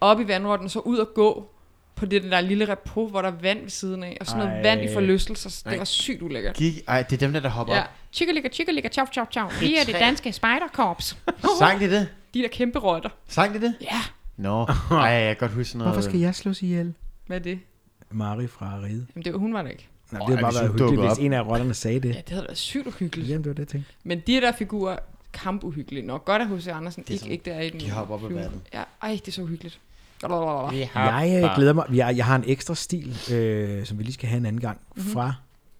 Speaker 3: Op i vandrotten, så ud og gå på det der lille repo, hvor der er vand ved siden af, og sådan noget
Speaker 2: Ej.
Speaker 3: vand i forlystelser.
Speaker 4: Ej.
Speaker 3: Det var sygt ulækkert.
Speaker 4: Gik, ej, det er dem der, der hopper
Speaker 3: Ja.
Speaker 4: ja. op.
Speaker 3: Tjekkeligger, tjekkeligger, tjav, tjav, tjav. Vi er det danske spejderkorps.
Speaker 4: Sang de det?
Speaker 3: De der kæmpe rotter.
Speaker 4: Sang de det?
Speaker 3: Ja.
Speaker 4: Nå, ej, jeg kan godt huske sådan noget.
Speaker 2: Hvorfor skal jeg slås ihjel?
Speaker 3: Hvad er det?
Speaker 2: Mari fra Ride.
Speaker 3: Jamen, det var, hun var der ikke.
Speaker 2: Nej, det
Speaker 4: er
Speaker 2: havde bare været
Speaker 4: vi sådan
Speaker 2: hyggeligt,
Speaker 4: dukket
Speaker 2: hvis
Speaker 4: op?
Speaker 2: en af rotterne sagde det.
Speaker 3: Ja, det havde været sygt uhyggeligt.
Speaker 2: Jamen, det var det, jeg tænkte.
Speaker 3: Men de der figurer, kampuhyggelige nok. Godt at H.C. Andersen
Speaker 4: er
Speaker 3: ikke,
Speaker 4: sådan,
Speaker 3: ikke der i den.
Speaker 4: de hopper op ad
Speaker 3: flyvende-
Speaker 4: vandet.
Speaker 3: Ja, ej, det er så uhyggeligt. Blablabla.
Speaker 2: Jeg øh, glæder mig. Jeg, jeg har en ekstra stil, øh, som vi lige skal have en anden gang, mm-hmm. fra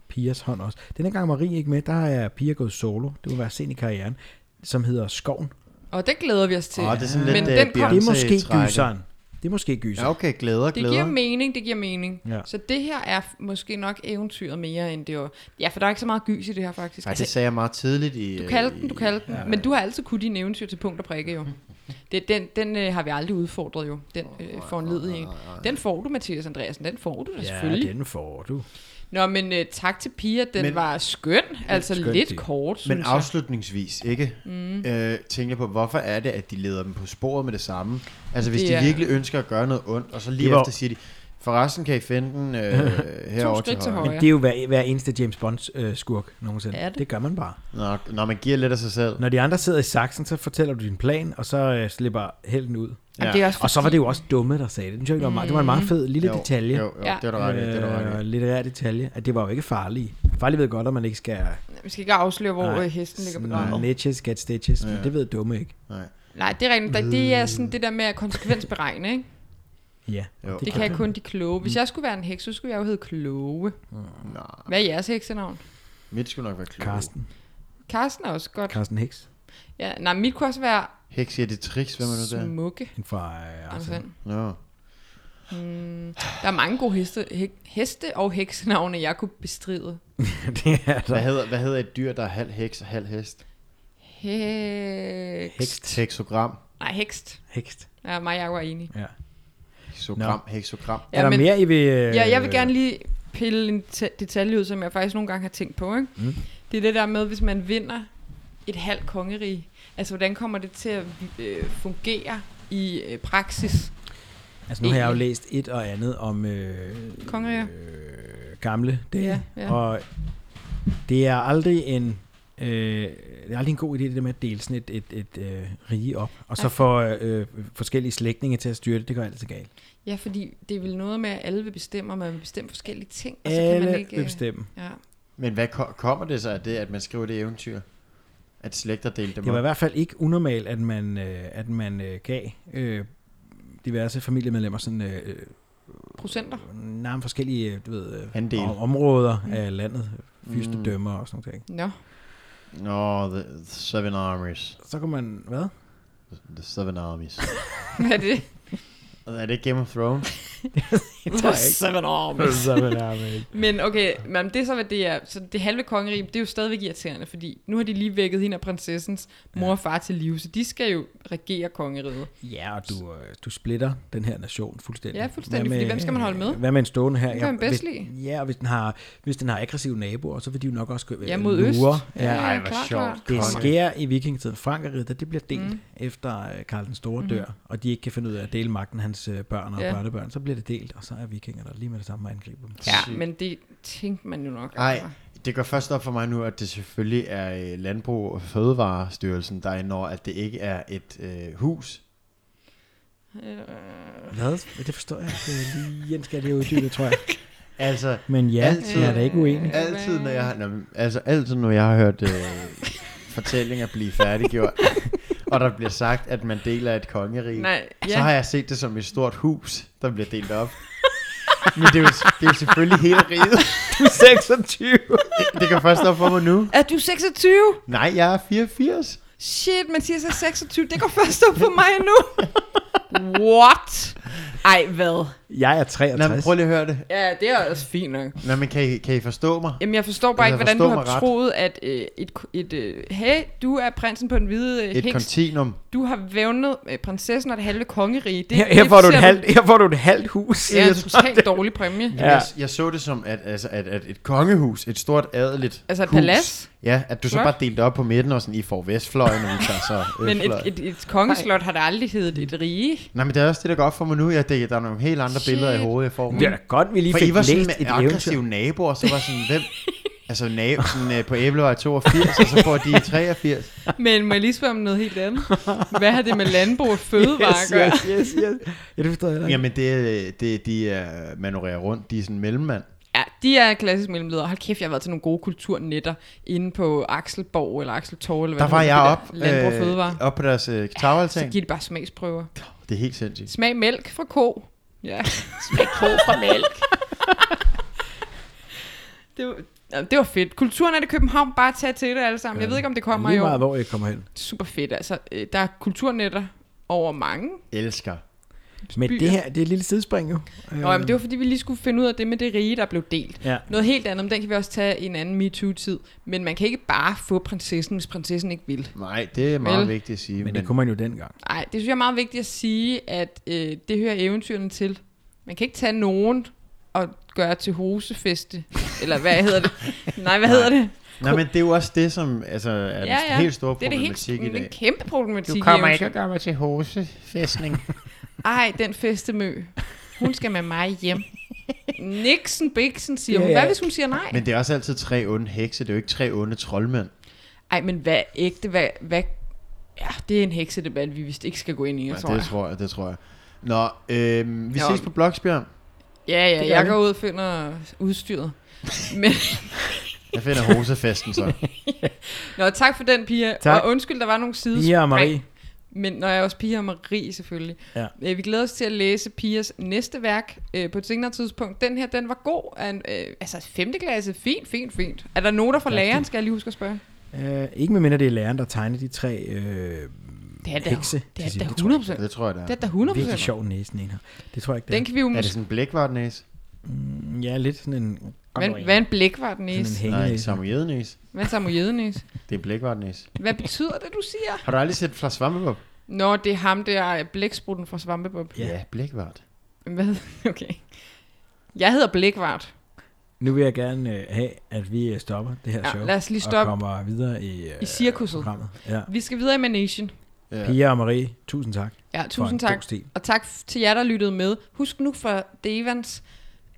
Speaker 2: Pias hånd også. Denne gang er Marie ikke med, der er Pia gået solo. Det må være sent i karrieren. Som hedder Skoven.
Speaker 3: Og den glæder vi os til.
Speaker 4: Åh, det er sådan
Speaker 3: Men
Speaker 4: lidt øh,
Speaker 3: den kom-
Speaker 2: Det er måske
Speaker 4: Beyoncé-trækket.
Speaker 2: gyseren. Det er måske
Speaker 4: Ja,
Speaker 2: gyser.
Speaker 4: øhm, okay, glæder,
Speaker 3: Det
Speaker 4: glæder.
Speaker 3: giver mening, det giver mening.
Speaker 2: Ja.
Speaker 3: Ja. Så det her er f- måske nok eventyret mere end det var. Ja, for der er ikke så meget gys i det her faktisk. Altså,
Speaker 4: Nej, det sagde jeg meget tidligt i... øh,
Speaker 3: du kaldte
Speaker 2: Øh,
Speaker 3: den, du kaldte den. Men du har altid kunnet dine eventyr til punkt og prikke jo. Det, den den øh, har vi aldrig udfordret jo, den øh, foranledige en. Den får du, Mathias Andreasen, den får du da selvfølgelig.
Speaker 2: Ja, den får du.
Speaker 3: Nå, men øh, tak til Pia, den
Speaker 4: Men-
Speaker 3: men, var skøn, altså
Speaker 2: skøn,
Speaker 3: lidt
Speaker 2: det.
Speaker 3: kort,
Speaker 4: Men
Speaker 3: synes jeg.
Speaker 4: afslutningsvis, ikke? Mm. Øh, tænker jeg på, hvorfor er det, at de leder dem på sporet med det samme? Altså, hvis
Speaker 3: Det
Speaker 4: de
Speaker 3: er-
Speaker 4: virkelig ønsker at gøre noget ondt, og så lige
Speaker 2: Det var-
Speaker 4: efter siger de, forresten kan I finde den øh, herovre til
Speaker 3: skridt til
Speaker 4: højre.
Speaker 2: Men det er jo hver, hver eneste James Bond-skurk nogensinde.
Speaker 3: Er det?
Speaker 2: det gør man bare.
Speaker 4: Nå, når man giver lidt af sig selv.
Speaker 2: Når de andre sidder i saksen, så fortæller du din plan, og så øh, slipper helten ud.
Speaker 3: Jamen, det er også
Speaker 2: Og så var det jo også dumme, der sagde det. Det, mm. var, meget, det var en meget fed lille
Speaker 4: jo,
Speaker 2: detalje.
Speaker 4: Jo, jo,
Speaker 3: Ja.
Speaker 4: det er du ret i, det er du ret i.
Speaker 2: øh, litterær detalje, at det var jo ikke farlige. Farlige ved godt, at man ikke skal...
Speaker 3: Vi skal ikke afsløre, hvor
Speaker 2: Nej,
Speaker 3: øh, hesten ligger begravet.
Speaker 2: Nej, Snitches get stitches, ja. men det ved dumme ikke.
Speaker 4: Nej.
Speaker 3: Nej, det er rent, det er
Speaker 2: Øh.
Speaker 3: sådan det der med at konsekvensberegne, ikke?
Speaker 2: Ja,
Speaker 4: Jo.
Speaker 3: Det Mm. kan jeg kun de kloge. Hvis jeg skulle være en heks, så skulle jeg jo hedde Kloge.
Speaker 4: Nej.
Speaker 3: Hvad er jeres heksenavn?
Speaker 4: Mit skulle nok være klog.
Speaker 2: Karsten.
Speaker 3: Carsten er også godt.
Speaker 2: Carsten Hicks.
Speaker 3: Ja, nej, mit kunne også være
Speaker 4: Heks er det tricks, hvad man nu der?
Speaker 3: smukke.
Speaker 2: En fra øh, Arsenal.
Speaker 3: Andersen.
Speaker 4: Nå.
Speaker 3: hmm. Der er mange gode heste, he- heste og heksenavne, jeg kunne bestride.
Speaker 2: det er
Speaker 4: Hvad
Speaker 2: der.
Speaker 4: hedder, hvad hedder et dyr, der er halv heks og halv hest?
Speaker 3: Heks.
Speaker 4: Heksogram.
Speaker 3: Nej, hekst.
Speaker 2: Hekst.
Speaker 3: Ja, mig og jeg var enige.
Speaker 2: Ja.
Speaker 4: Heksogram, heksogram.
Speaker 2: Er der
Speaker 3: men-
Speaker 2: mere, I vil... Øh,
Speaker 3: Ja, jeg vil gerne lige pille en te- detalje ud, som jeg faktisk nogle gange har tænkt på. Ikke? Mm. Det er det der med, hvis man vinder et halvt kongerige. Altså, hvordan kommer det til at øh, fungere i øh, praksis?
Speaker 2: Altså, nu har jeg jo
Speaker 3: egentlig.
Speaker 2: læst et og andet om øh,
Speaker 3: Kongeriger?
Speaker 2: øh, gamle dage, ja, ja.
Speaker 3: Ja, ja.
Speaker 2: og det er aldrig en... Øh, det er aldrig en god idé, det der med at dele sådan et, et, et øh, rige op, og så få øh, forskellige slægtninge til at styre det, det går altid galt.
Speaker 3: Ja, fordi det er vel noget med, at alle vil bestemme, og man vil bestemme forskellige ting. Og så kan man
Speaker 2: Alle
Speaker 3: ikke,
Speaker 2: vil
Speaker 3: øh,
Speaker 2: bestemme.
Speaker 3: Ja.
Speaker 4: Men hvad ko- kommer det så af det, at man skriver det eventyr? At slægter delte dem
Speaker 2: Det var i
Speaker 4: op?
Speaker 2: hvert fald ikke unormalt, at man, øh, at man øh, gav øh, diverse familiemedlemmer sådan, øh,
Speaker 3: Procenter.
Speaker 2: nærmest forskellige øh, du ved, øh,
Speaker 4: Andele.
Speaker 2: om- områder mm. af landet, fyrstedømmer og sådan noget.
Speaker 3: Nå.
Speaker 4: Nå, the, the Seven Armies.
Speaker 2: Så kan man, hvad?
Speaker 4: The Seven Armies.
Speaker 3: Hvad er det?
Speaker 4: er det Game of Thrones?
Speaker 2: Det tager jeg ikke.
Speaker 3: Seven Armies.
Speaker 2: Så vil jeg ikke.
Speaker 3: Men okay, men det er så, hvad det er. Så det halve kongerige, det er jo stadigvæk irriterende, fordi nu har de lige vækket hende og prinsessens mor og far til live, så de skal jo regere kongeriget.
Speaker 2: Ja, og du, øh, du splitter den her nation fuldstændig.
Speaker 3: Ja, fuldstændig, fordi hvem skal man holde med?
Speaker 2: Hvad med en stående her?
Speaker 3: Hvem kan man bedst
Speaker 2: hvis,
Speaker 3: lide?
Speaker 2: Ja, og hvis den, har, hvis den har aggressive naboer, så vil de jo nok også gå
Speaker 3: Ja, mod øst.
Speaker 2: lure. Øh, Ja.
Speaker 3: Ja,
Speaker 2: Ja.
Speaker 3: ja, klar, klar.
Speaker 2: Det
Speaker 4: Konge.
Speaker 2: sker i vikingetiden. Frankerriget, da det bliver delt mm. efter øh, Karl den Store dør, og de ikke kan finde ud af at dele magten, hans øh, børn og
Speaker 3: Mm. Ja.
Speaker 2: børnebørn, så bliver det delt, og så er vikingerne lige med det samme og angriber dem.
Speaker 3: Ja, men det tænkte man jo nok.
Speaker 4: Nej,
Speaker 3: altså.
Speaker 4: det går først op for mig nu, at det selvfølgelig er øh, Landbrug og Fødevarestyrelsen, der er når, at det ikke er et øh, hus.
Speaker 3: Øh,
Speaker 2: Hvad? Det forstår jeg ikke øh, lige. Jens skal det jo uddybe, tror jeg.
Speaker 4: Altså,
Speaker 2: Men ja,
Speaker 4: Altid.
Speaker 2: jeg er da ikke uenig.
Speaker 4: altid når jeg, har- nå, men, altså, altid, når jeg har hørt øh, fortællinger blive færdiggjort, og der bliver sagt, at man deler et kongerige,
Speaker 3: Nej, ja.
Speaker 4: så har jeg set det som et stort hus, der bliver delt op. Men det er, jo, det er jo selvfølgelig hele riget.
Speaker 2: Du er 26.
Speaker 4: Det, det går først op for mig nu.
Speaker 3: Er du 26?
Speaker 4: Nej, jeg er 84.
Speaker 3: Shit, Mathias er 26. Det går først op for mig nu. What? Ej, hvad?
Speaker 2: Jeg er
Speaker 4: Nå, men
Speaker 2: 63.
Speaker 4: prøv lige at høre det.
Speaker 3: Ja, det er også fint nok.
Speaker 4: Nå, men kan I, kan I forstå mig?
Speaker 3: Jamen, jeg forstår bare
Speaker 4: Altså,
Speaker 3: ikke, hvordan du
Speaker 4: forstå mig
Speaker 3: har
Speaker 4: ret.
Speaker 3: troet, at øh, et, et øh, hey, du er prinsen på den hvide øh,
Speaker 4: Et
Speaker 3: heks.
Speaker 4: kontinuum.
Speaker 3: Du har vævnet øh, prinsessen og det halve kongerige. Det,
Speaker 2: Her, her, får
Speaker 3: det
Speaker 2: du et
Speaker 3: ser
Speaker 2: halvt, her får du et halvt hus.
Speaker 3: Det er en totalt dårlig præmie.
Speaker 2: Ja.
Speaker 4: Ja. Jeg, jeg så det som, at, altså, at, at et kongehus, et stort adeligt
Speaker 3: Altså et
Speaker 4: hus,
Speaker 3: palads?
Speaker 4: Ja, at du så
Speaker 3: Flot.
Speaker 4: bare delte op på midten, og sådan, I får vestfløjen, og vi tager så
Speaker 3: Men
Speaker 4: østfløjen.
Speaker 3: et, et, et kongeslot har da aldrig heddet et rige.
Speaker 4: Nej, men det er også det, der går op for mig nu. Jeg, det, der er nogle helt andre
Speaker 3: Shit.
Speaker 4: billeder i hovedet, jeg får.
Speaker 2: Det er da godt, vi lige
Speaker 4: For
Speaker 2: fik
Speaker 4: I var sådan
Speaker 2: læst
Speaker 4: med
Speaker 2: et eventyr.
Speaker 4: aggressive naboer, så var sådan, hvem... Altså nabo, sådan, øh, på Æblevej 82, og så får de 83.
Speaker 3: Men må jeg lige spørge om noget helt andet? Hvad har det med landbrug og fødevare at gøre?
Speaker 2: yes, yes, yes. Ja, det forstår jeg heller ikke.
Speaker 4: Jamen, det, er- det, er- de er manøvrerer rundt. De er sådan mellemmand.
Speaker 3: Ja, de er klassisk mellemledere. Hold kæft, jeg har været til nogle gode kulturnetter inde på Axelborg eller Axeltorv. Eller hvad
Speaker 4: Der var
Speaker 3: hedder
Speaker 4: jeg
Speaker 3: det
Speaker 4: op,
Speaker 3: Landbrug og fødevare.
Speaker 4: øh, op på deres øh,
Speaker 3: Så
Speaker 4: tagalting.
Speaker 3: giver de bare smagsprøver.
Speaker 4: Det er helt sindssygt.
Speaker 3: Smag mælk fra ko. Ja. Smag ko fra mælk. det, var, Nå, det var fedt. Kulturen er det København. Bare tag til det alle sammen. Jeg ved ikke, om det kommer
Speaker 2: Lige
Speaker 3: i år.
Speaker 2: meget, hvor jeg kommer hen.
Speaker 3: Super fedt. Altså, øh, der er kulturnetter over mange.
Speaker 4: Elsker.
Speaker 2: Men
Speaker 3: Byer.
Speaker 2: det her, det er et lille sidespring jo.
Speaker 4: Øhm.
Speaker 3: Nå, jamen, det var fordi, vi lige skulle finde ud af det med det rige, der blev delt.
Speaker 2: Ja.
Speaker 3: Noget helt andet, men den kan vi også tage i en anden MeToo-tid. Men man kan ikke bare få prinsessen, hvis prinsessen ikke vil.
Speaker 4: Nej, det er meget
Speaker 3: Vel.
Speaker 4: vigtigt at sige.
Speaker 2: Men det kunne man jo dengang.
Speaker 3: Nej, det synes jeg er meget vigtigt at sige, at øh, det hører eventyrene til. Man kan ikke tage nogen og gøre til hosefeste. Eller hvad hedder det? Nej, hvad hedder det?
Speaker 4: Nej, men det er jo også det, som altså, er den helt store
Speaker 3: det er det helt,
Speaker 4: problematik
Speaker 3: det
Speaker 4: i
Speaker 3: er en
Speaker 4: dag.
Speaker 3: kæmpe problematik. i eventyr.
Speaker 4: gøre mig til hosefæstning.
Speaker 3: Ej, den festemø. Hun skal med mig hjem. Nixon Bixen, siger
Speaker 2: Ja,
Speaker 3: hun.
Speaker 2: ja.
Speaker 3: Hvad hvis hun siger nej?
Speaker 4: men det er også altid tre onde hekse, det er jo ikke tre onde troldmænd.
Speaker 3: Ej, men hvad ægte, hvad, hvad... Ja, det er en heksedebat, vi vist ikke skal gå ind i, jeg
Speaker 4: Nej,
Speaker 3: tror
Speaker 4: det
Speaker 3: jeg.
Speaker 4: tror jeg, det tror jeg. Nå, øhm, vi
Speaker 3: Nå.
Speaker 4: ses på Bloksbjørn.
Speaker 3: Ja,
Speaker 2: Det gør
Speaker 3: ja, jeg
Speaker 2: vi.
Speaker 3: går ud og finder udstyret. Men,
Speaker 4: Jeg finder hosefesten så.
Speaker 3: nå, tak for den, Pia.
Speaker 2: Tak.
Speaker 3: Og undskyld, der var nogle sides.
Speaker 2: Pia og Marie.
Speaker 3: Men når jeg er også piger og Marie selvfølgelig.
Speaker 2: Ja.
Speaker 3: Øh, vi glæder os til at læse Pias næste værk øh, på et senere tidspunkt. Den her, den var god. Er en, øh, altså, femte klasse, fint, fint, fint. Er der noter fra
Speaker 2: Ja,
Speaker 3: læreren,
Speaker 2: fint.
Speaker 3: skal jeg lige huske at spørge?
Speaker 2: Øh, ikke med mindre det er læreren, der tegner de tre øh,
Speaker 3: Det er da,
Speaker 2: hekse.
Speaker 3: det er
Speaker 2: til
Speaker 3: da
Speaker 2: sin-
Speaker 3: 100 procent.
Speaker 4: Det tror jeg, det er.
Speaker 3: Det er da
Speaker 2: Virkelig
Speaker 3: 100
Speaker 2: sjov næsen en her. Det tror jeg ikke, det
Speaker 3: Den
Speaker 2: er.
Speaker 3: kan vi jo
Speaker 4: Er det
Speaker 3: måske...
Speaker 4: sådan en blækvartnæse?
Speaker 2: Mm, Ja, lidt sådan en...
Speaker 3: Hvad, hvad er en blækvartnæs?
Speaker 2: Sådan en
Speaker 4: Nej,
Speaker 2: hængenæse.
Speaker 4: samoyedenæse.
Speaker 3: Hvad er en samoyedenæs?
Speaker 4: Det er en blækvartnæse.
Speaker 3: Hvad betyder det, du siger?
Speaker 4: Har du aldrig set fra Svampebob?
Speaker 3: Nå, det er ham der, øh, blæksprutten fra Svampebob.
Speaker 2: Ja.
Speaker 4: blækvart.
Speaker 3: Hvad? Okay. Jeg hedder Blækvart.
Speaker 2: Nu vil jeg gerne øh, have, at vi øh, stopper det her
Speaker 3: Ja,
Speaker 2: show.
Speaker 3: lad os lige
Speaker 2: Og
Speaker 3: stoppe
Speaker 2: kommer videre i, øh,
Speaker 3: i cirkuset.
Speaker 2: programmet. Ja.
Speaker 3: Vi skal videre i Manation.
Speaker 4: Ja.
Speaker 2: Pia og Marie, tusind tak.
Speaker 3: Ja,
Speaker 2: for en
Speaker 3: tusind tak.
Speaker 2: God stil.
Speaker 3: Og tak f- til jer, der lyttede med. Husk nu for Devans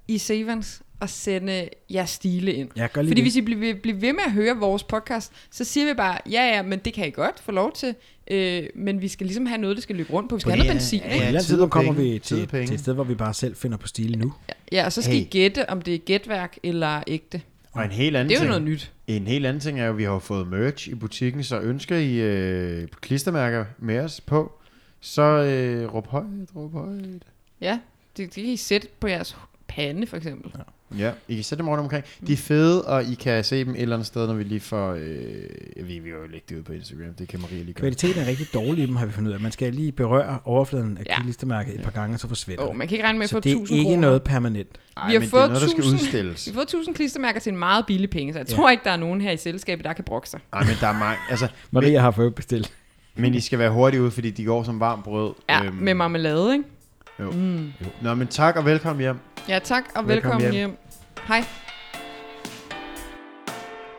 Speaker 3: i Sevans at sende jeres stile ind.
Speaker 2: Ja, gør lige
Speaker 3: Fordi
Speaker 2: det.
Speaker 3: hvis I bliver, bliver ved med at høre vores podcast, så siger vi bare, ja ja, men det kan I godt få lov til, øh, men vi skal ligesom have noget, der skal løbe rundt på. Vi skal have noget benzin,
Speaker 2: På et
Speaker 3: ikke?
Speaker 2: eller andet
Speaker 4: tid og
Speaker 2: tidspunkt kommer
Speaker 4: penge.
Speaker 2: vi
Speaker 4: Tid
Speaker 2: til,
Speaker 4: og penge.
Speaker 2: til et sted, hvor vi bare selv finder på stile nu.
Speaker 3: Ja, og så skal hey. I
Speaker 4: Hey.
Speaker 3: gætte, om det er gætværk eller ægte.
Speaker 4: Og en helt anden
Speaker 3: Det er jo
Speaker 4: ting.
Speaker 3: noget nyt.
Speaker 4: En helt anden ting er jo, at vi har jo fået merch i butikken, så ønsker I øh, klistermærker med os på, så øh, råb højt, råb højt.
Speaker 3: Ja, det, det kan I sætte på jeres pande, for eksempel.
Speaker 4: Ja, I kan sætte dem rundt omkring. De er fede, og I kan se dem et eller andet sted, når vi lige får... Øh, jeg ved, vi har jo lægge det ud på Instagram, det kan Maria lige gøre.
Speaker 2: Kvaliteten er rigtig dårlig i dem, har vi fundet ud af. Man skal lige berøre overfladen af
Speaker 3: Ja.
Speaker 2: ja. klistermærket et par gange, og så forsvinder
Speaker 3: Åh,
Speaker 2: det.
Speaker 3: man kan ikke regne med at
Speaker 2: Så
Speaker 3: få
Speaker 2: det
Speaker 3: 1000
Speaker 2: er
Speaker 3: kroner.
Speaker 2: ikke noget permanent.
Speaker 4: Ej,
Speaker 3: Vi har
Speaker 4: men det er
Speaker 3: fået
Speaker 4: noget, der skal
Speaker 3: 1000.
Speaker 4: udstilles.
Speaker 3: Vi har fået 1000 klistermærker til en meget billig penge, så jeg
Speaker 2: Ja.
Speaker 3: tror ikke, der er nogen her i selskabet, der kan brokke sig.
Speaker 4: Ej, men der er mange... Altså, men,
Speaker 2: Maria har fået bestilt.
Speaker 4: men I skal være hurtige ud, fordi de går som varmt brød.
Speaker 3: Ja, øhm. med marmelade, ikke?
Speaker 4: Jo. Mm. Nå, men tak og velkommen hjem.
Speaker 3: Ja, tak og velkommen, velkommen
Speaker 4: Velkommen
Speaker 3: hjem. hjem. Hej.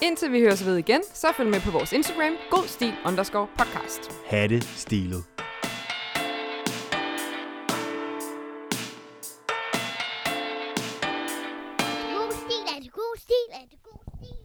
Speaker 3: Indtil vi høres ved igen, så følg med på vores Instagram, godstil underscore podcast.
Speaker 4: Ha' det stilet.
Speaker 1: God stil er det god stil er det god stil.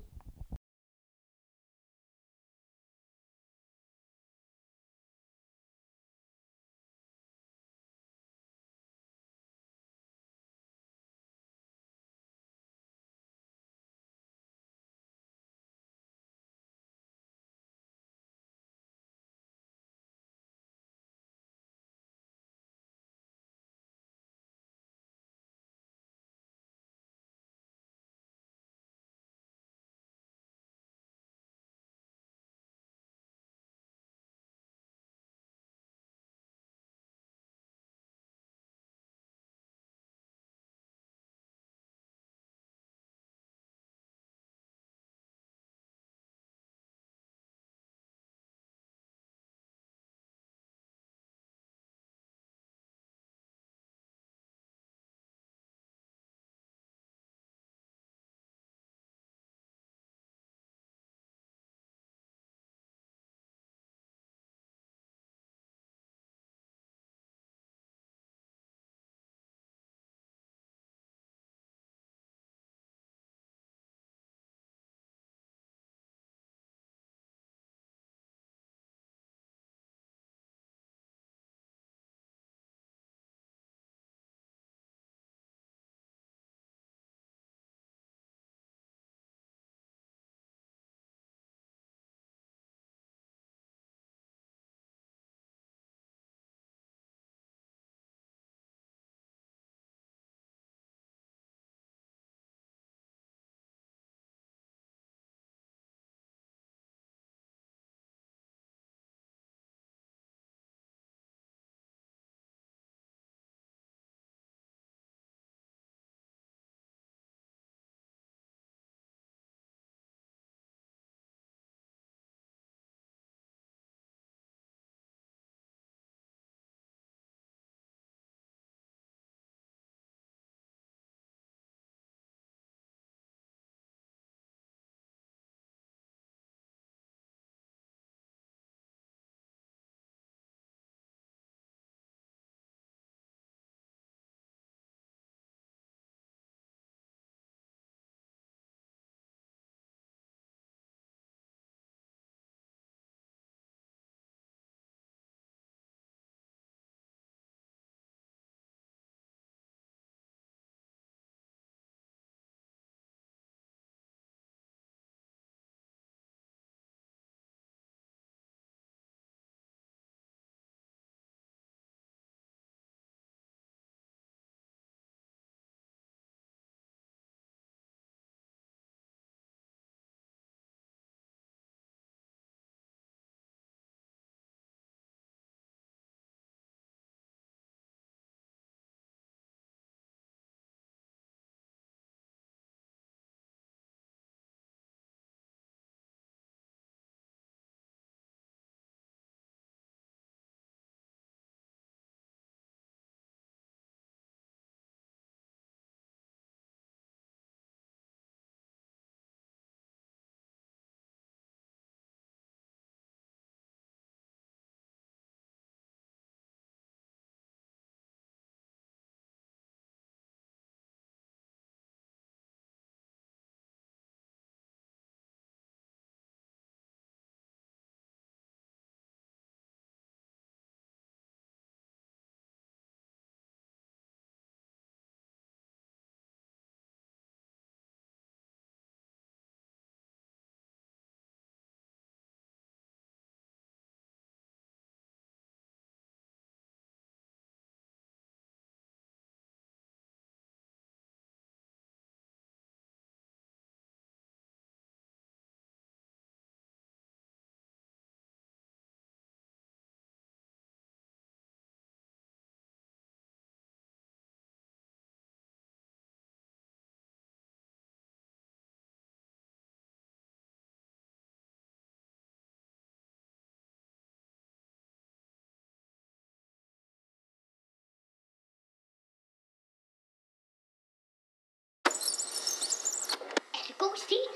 Speaker 1: god stil.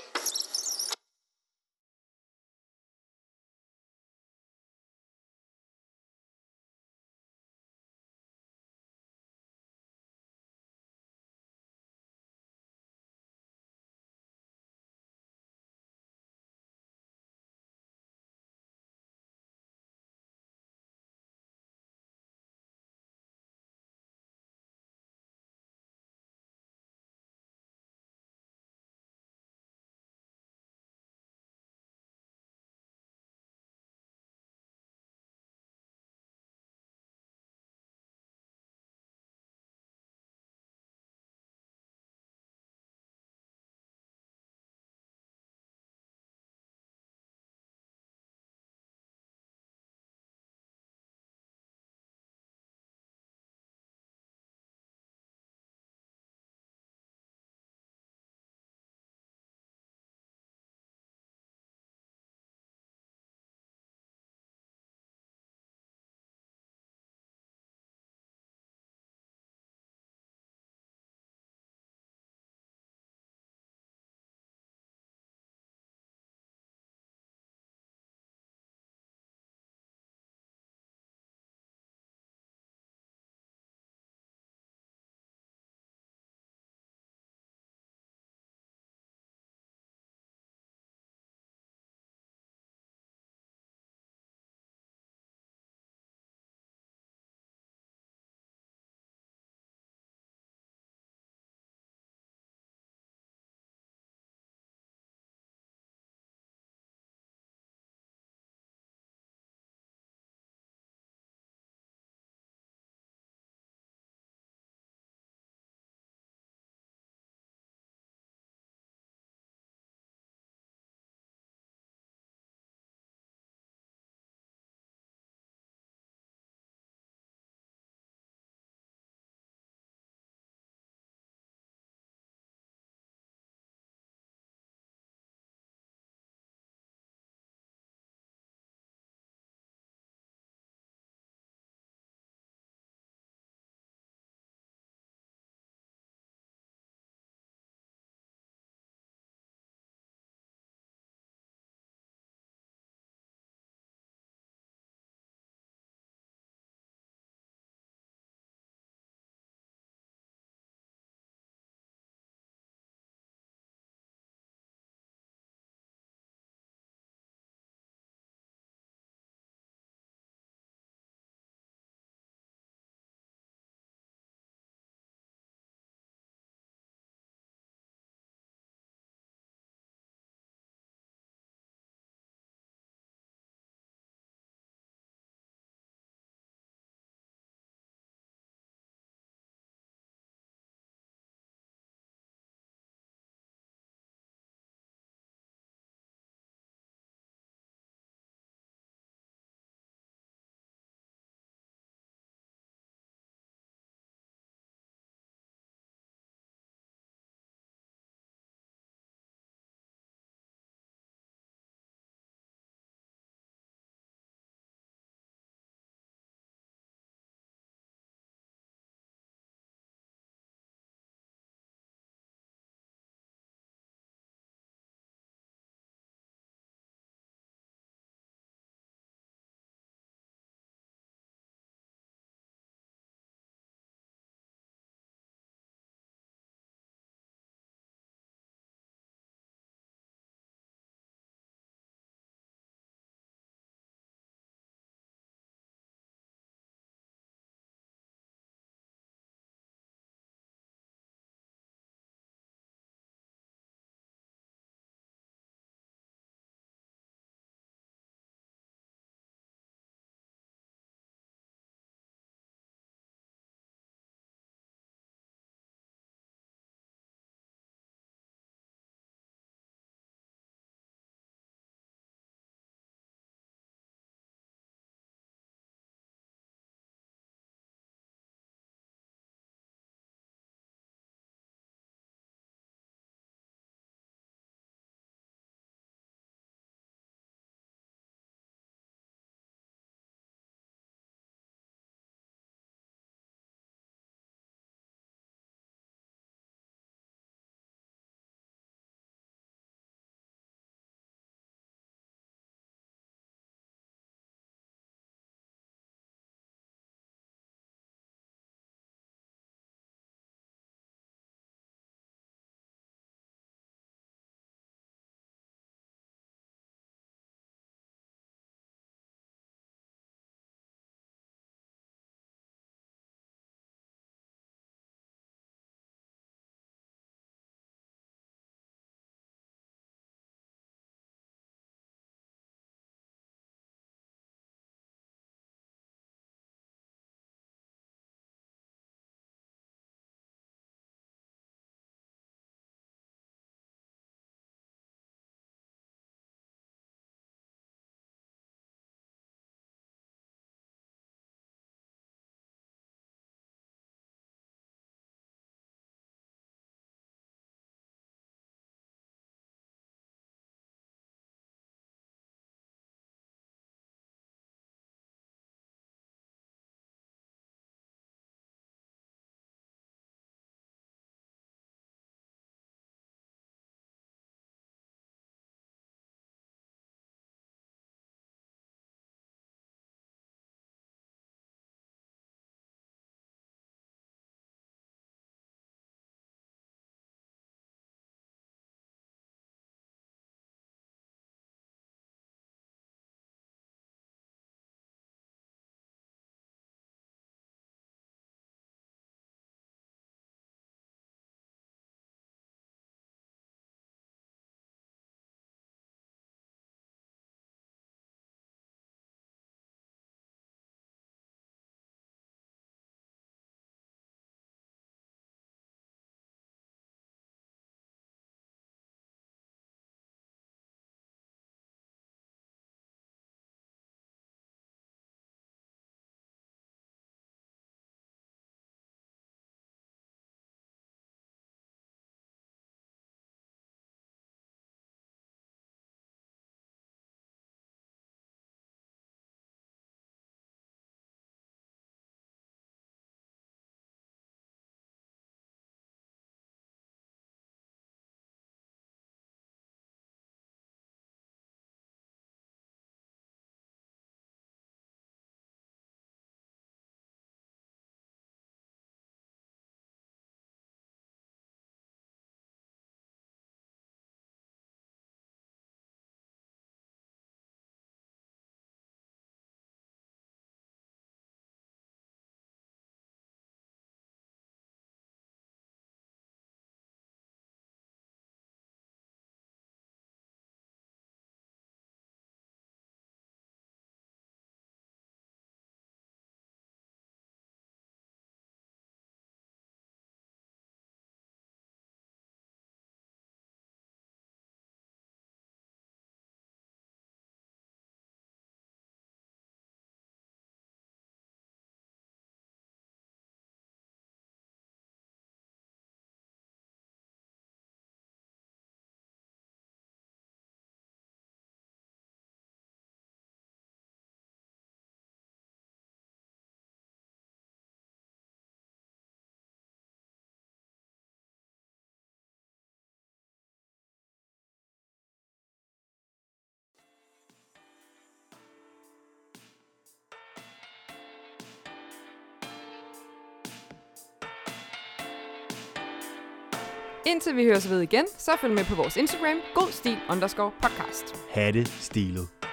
Speaker 3: Indtil vi høres ved igen, så følg med på vores Instagram, godstil underscore podcast.
Speaker 4: Hatte stilet.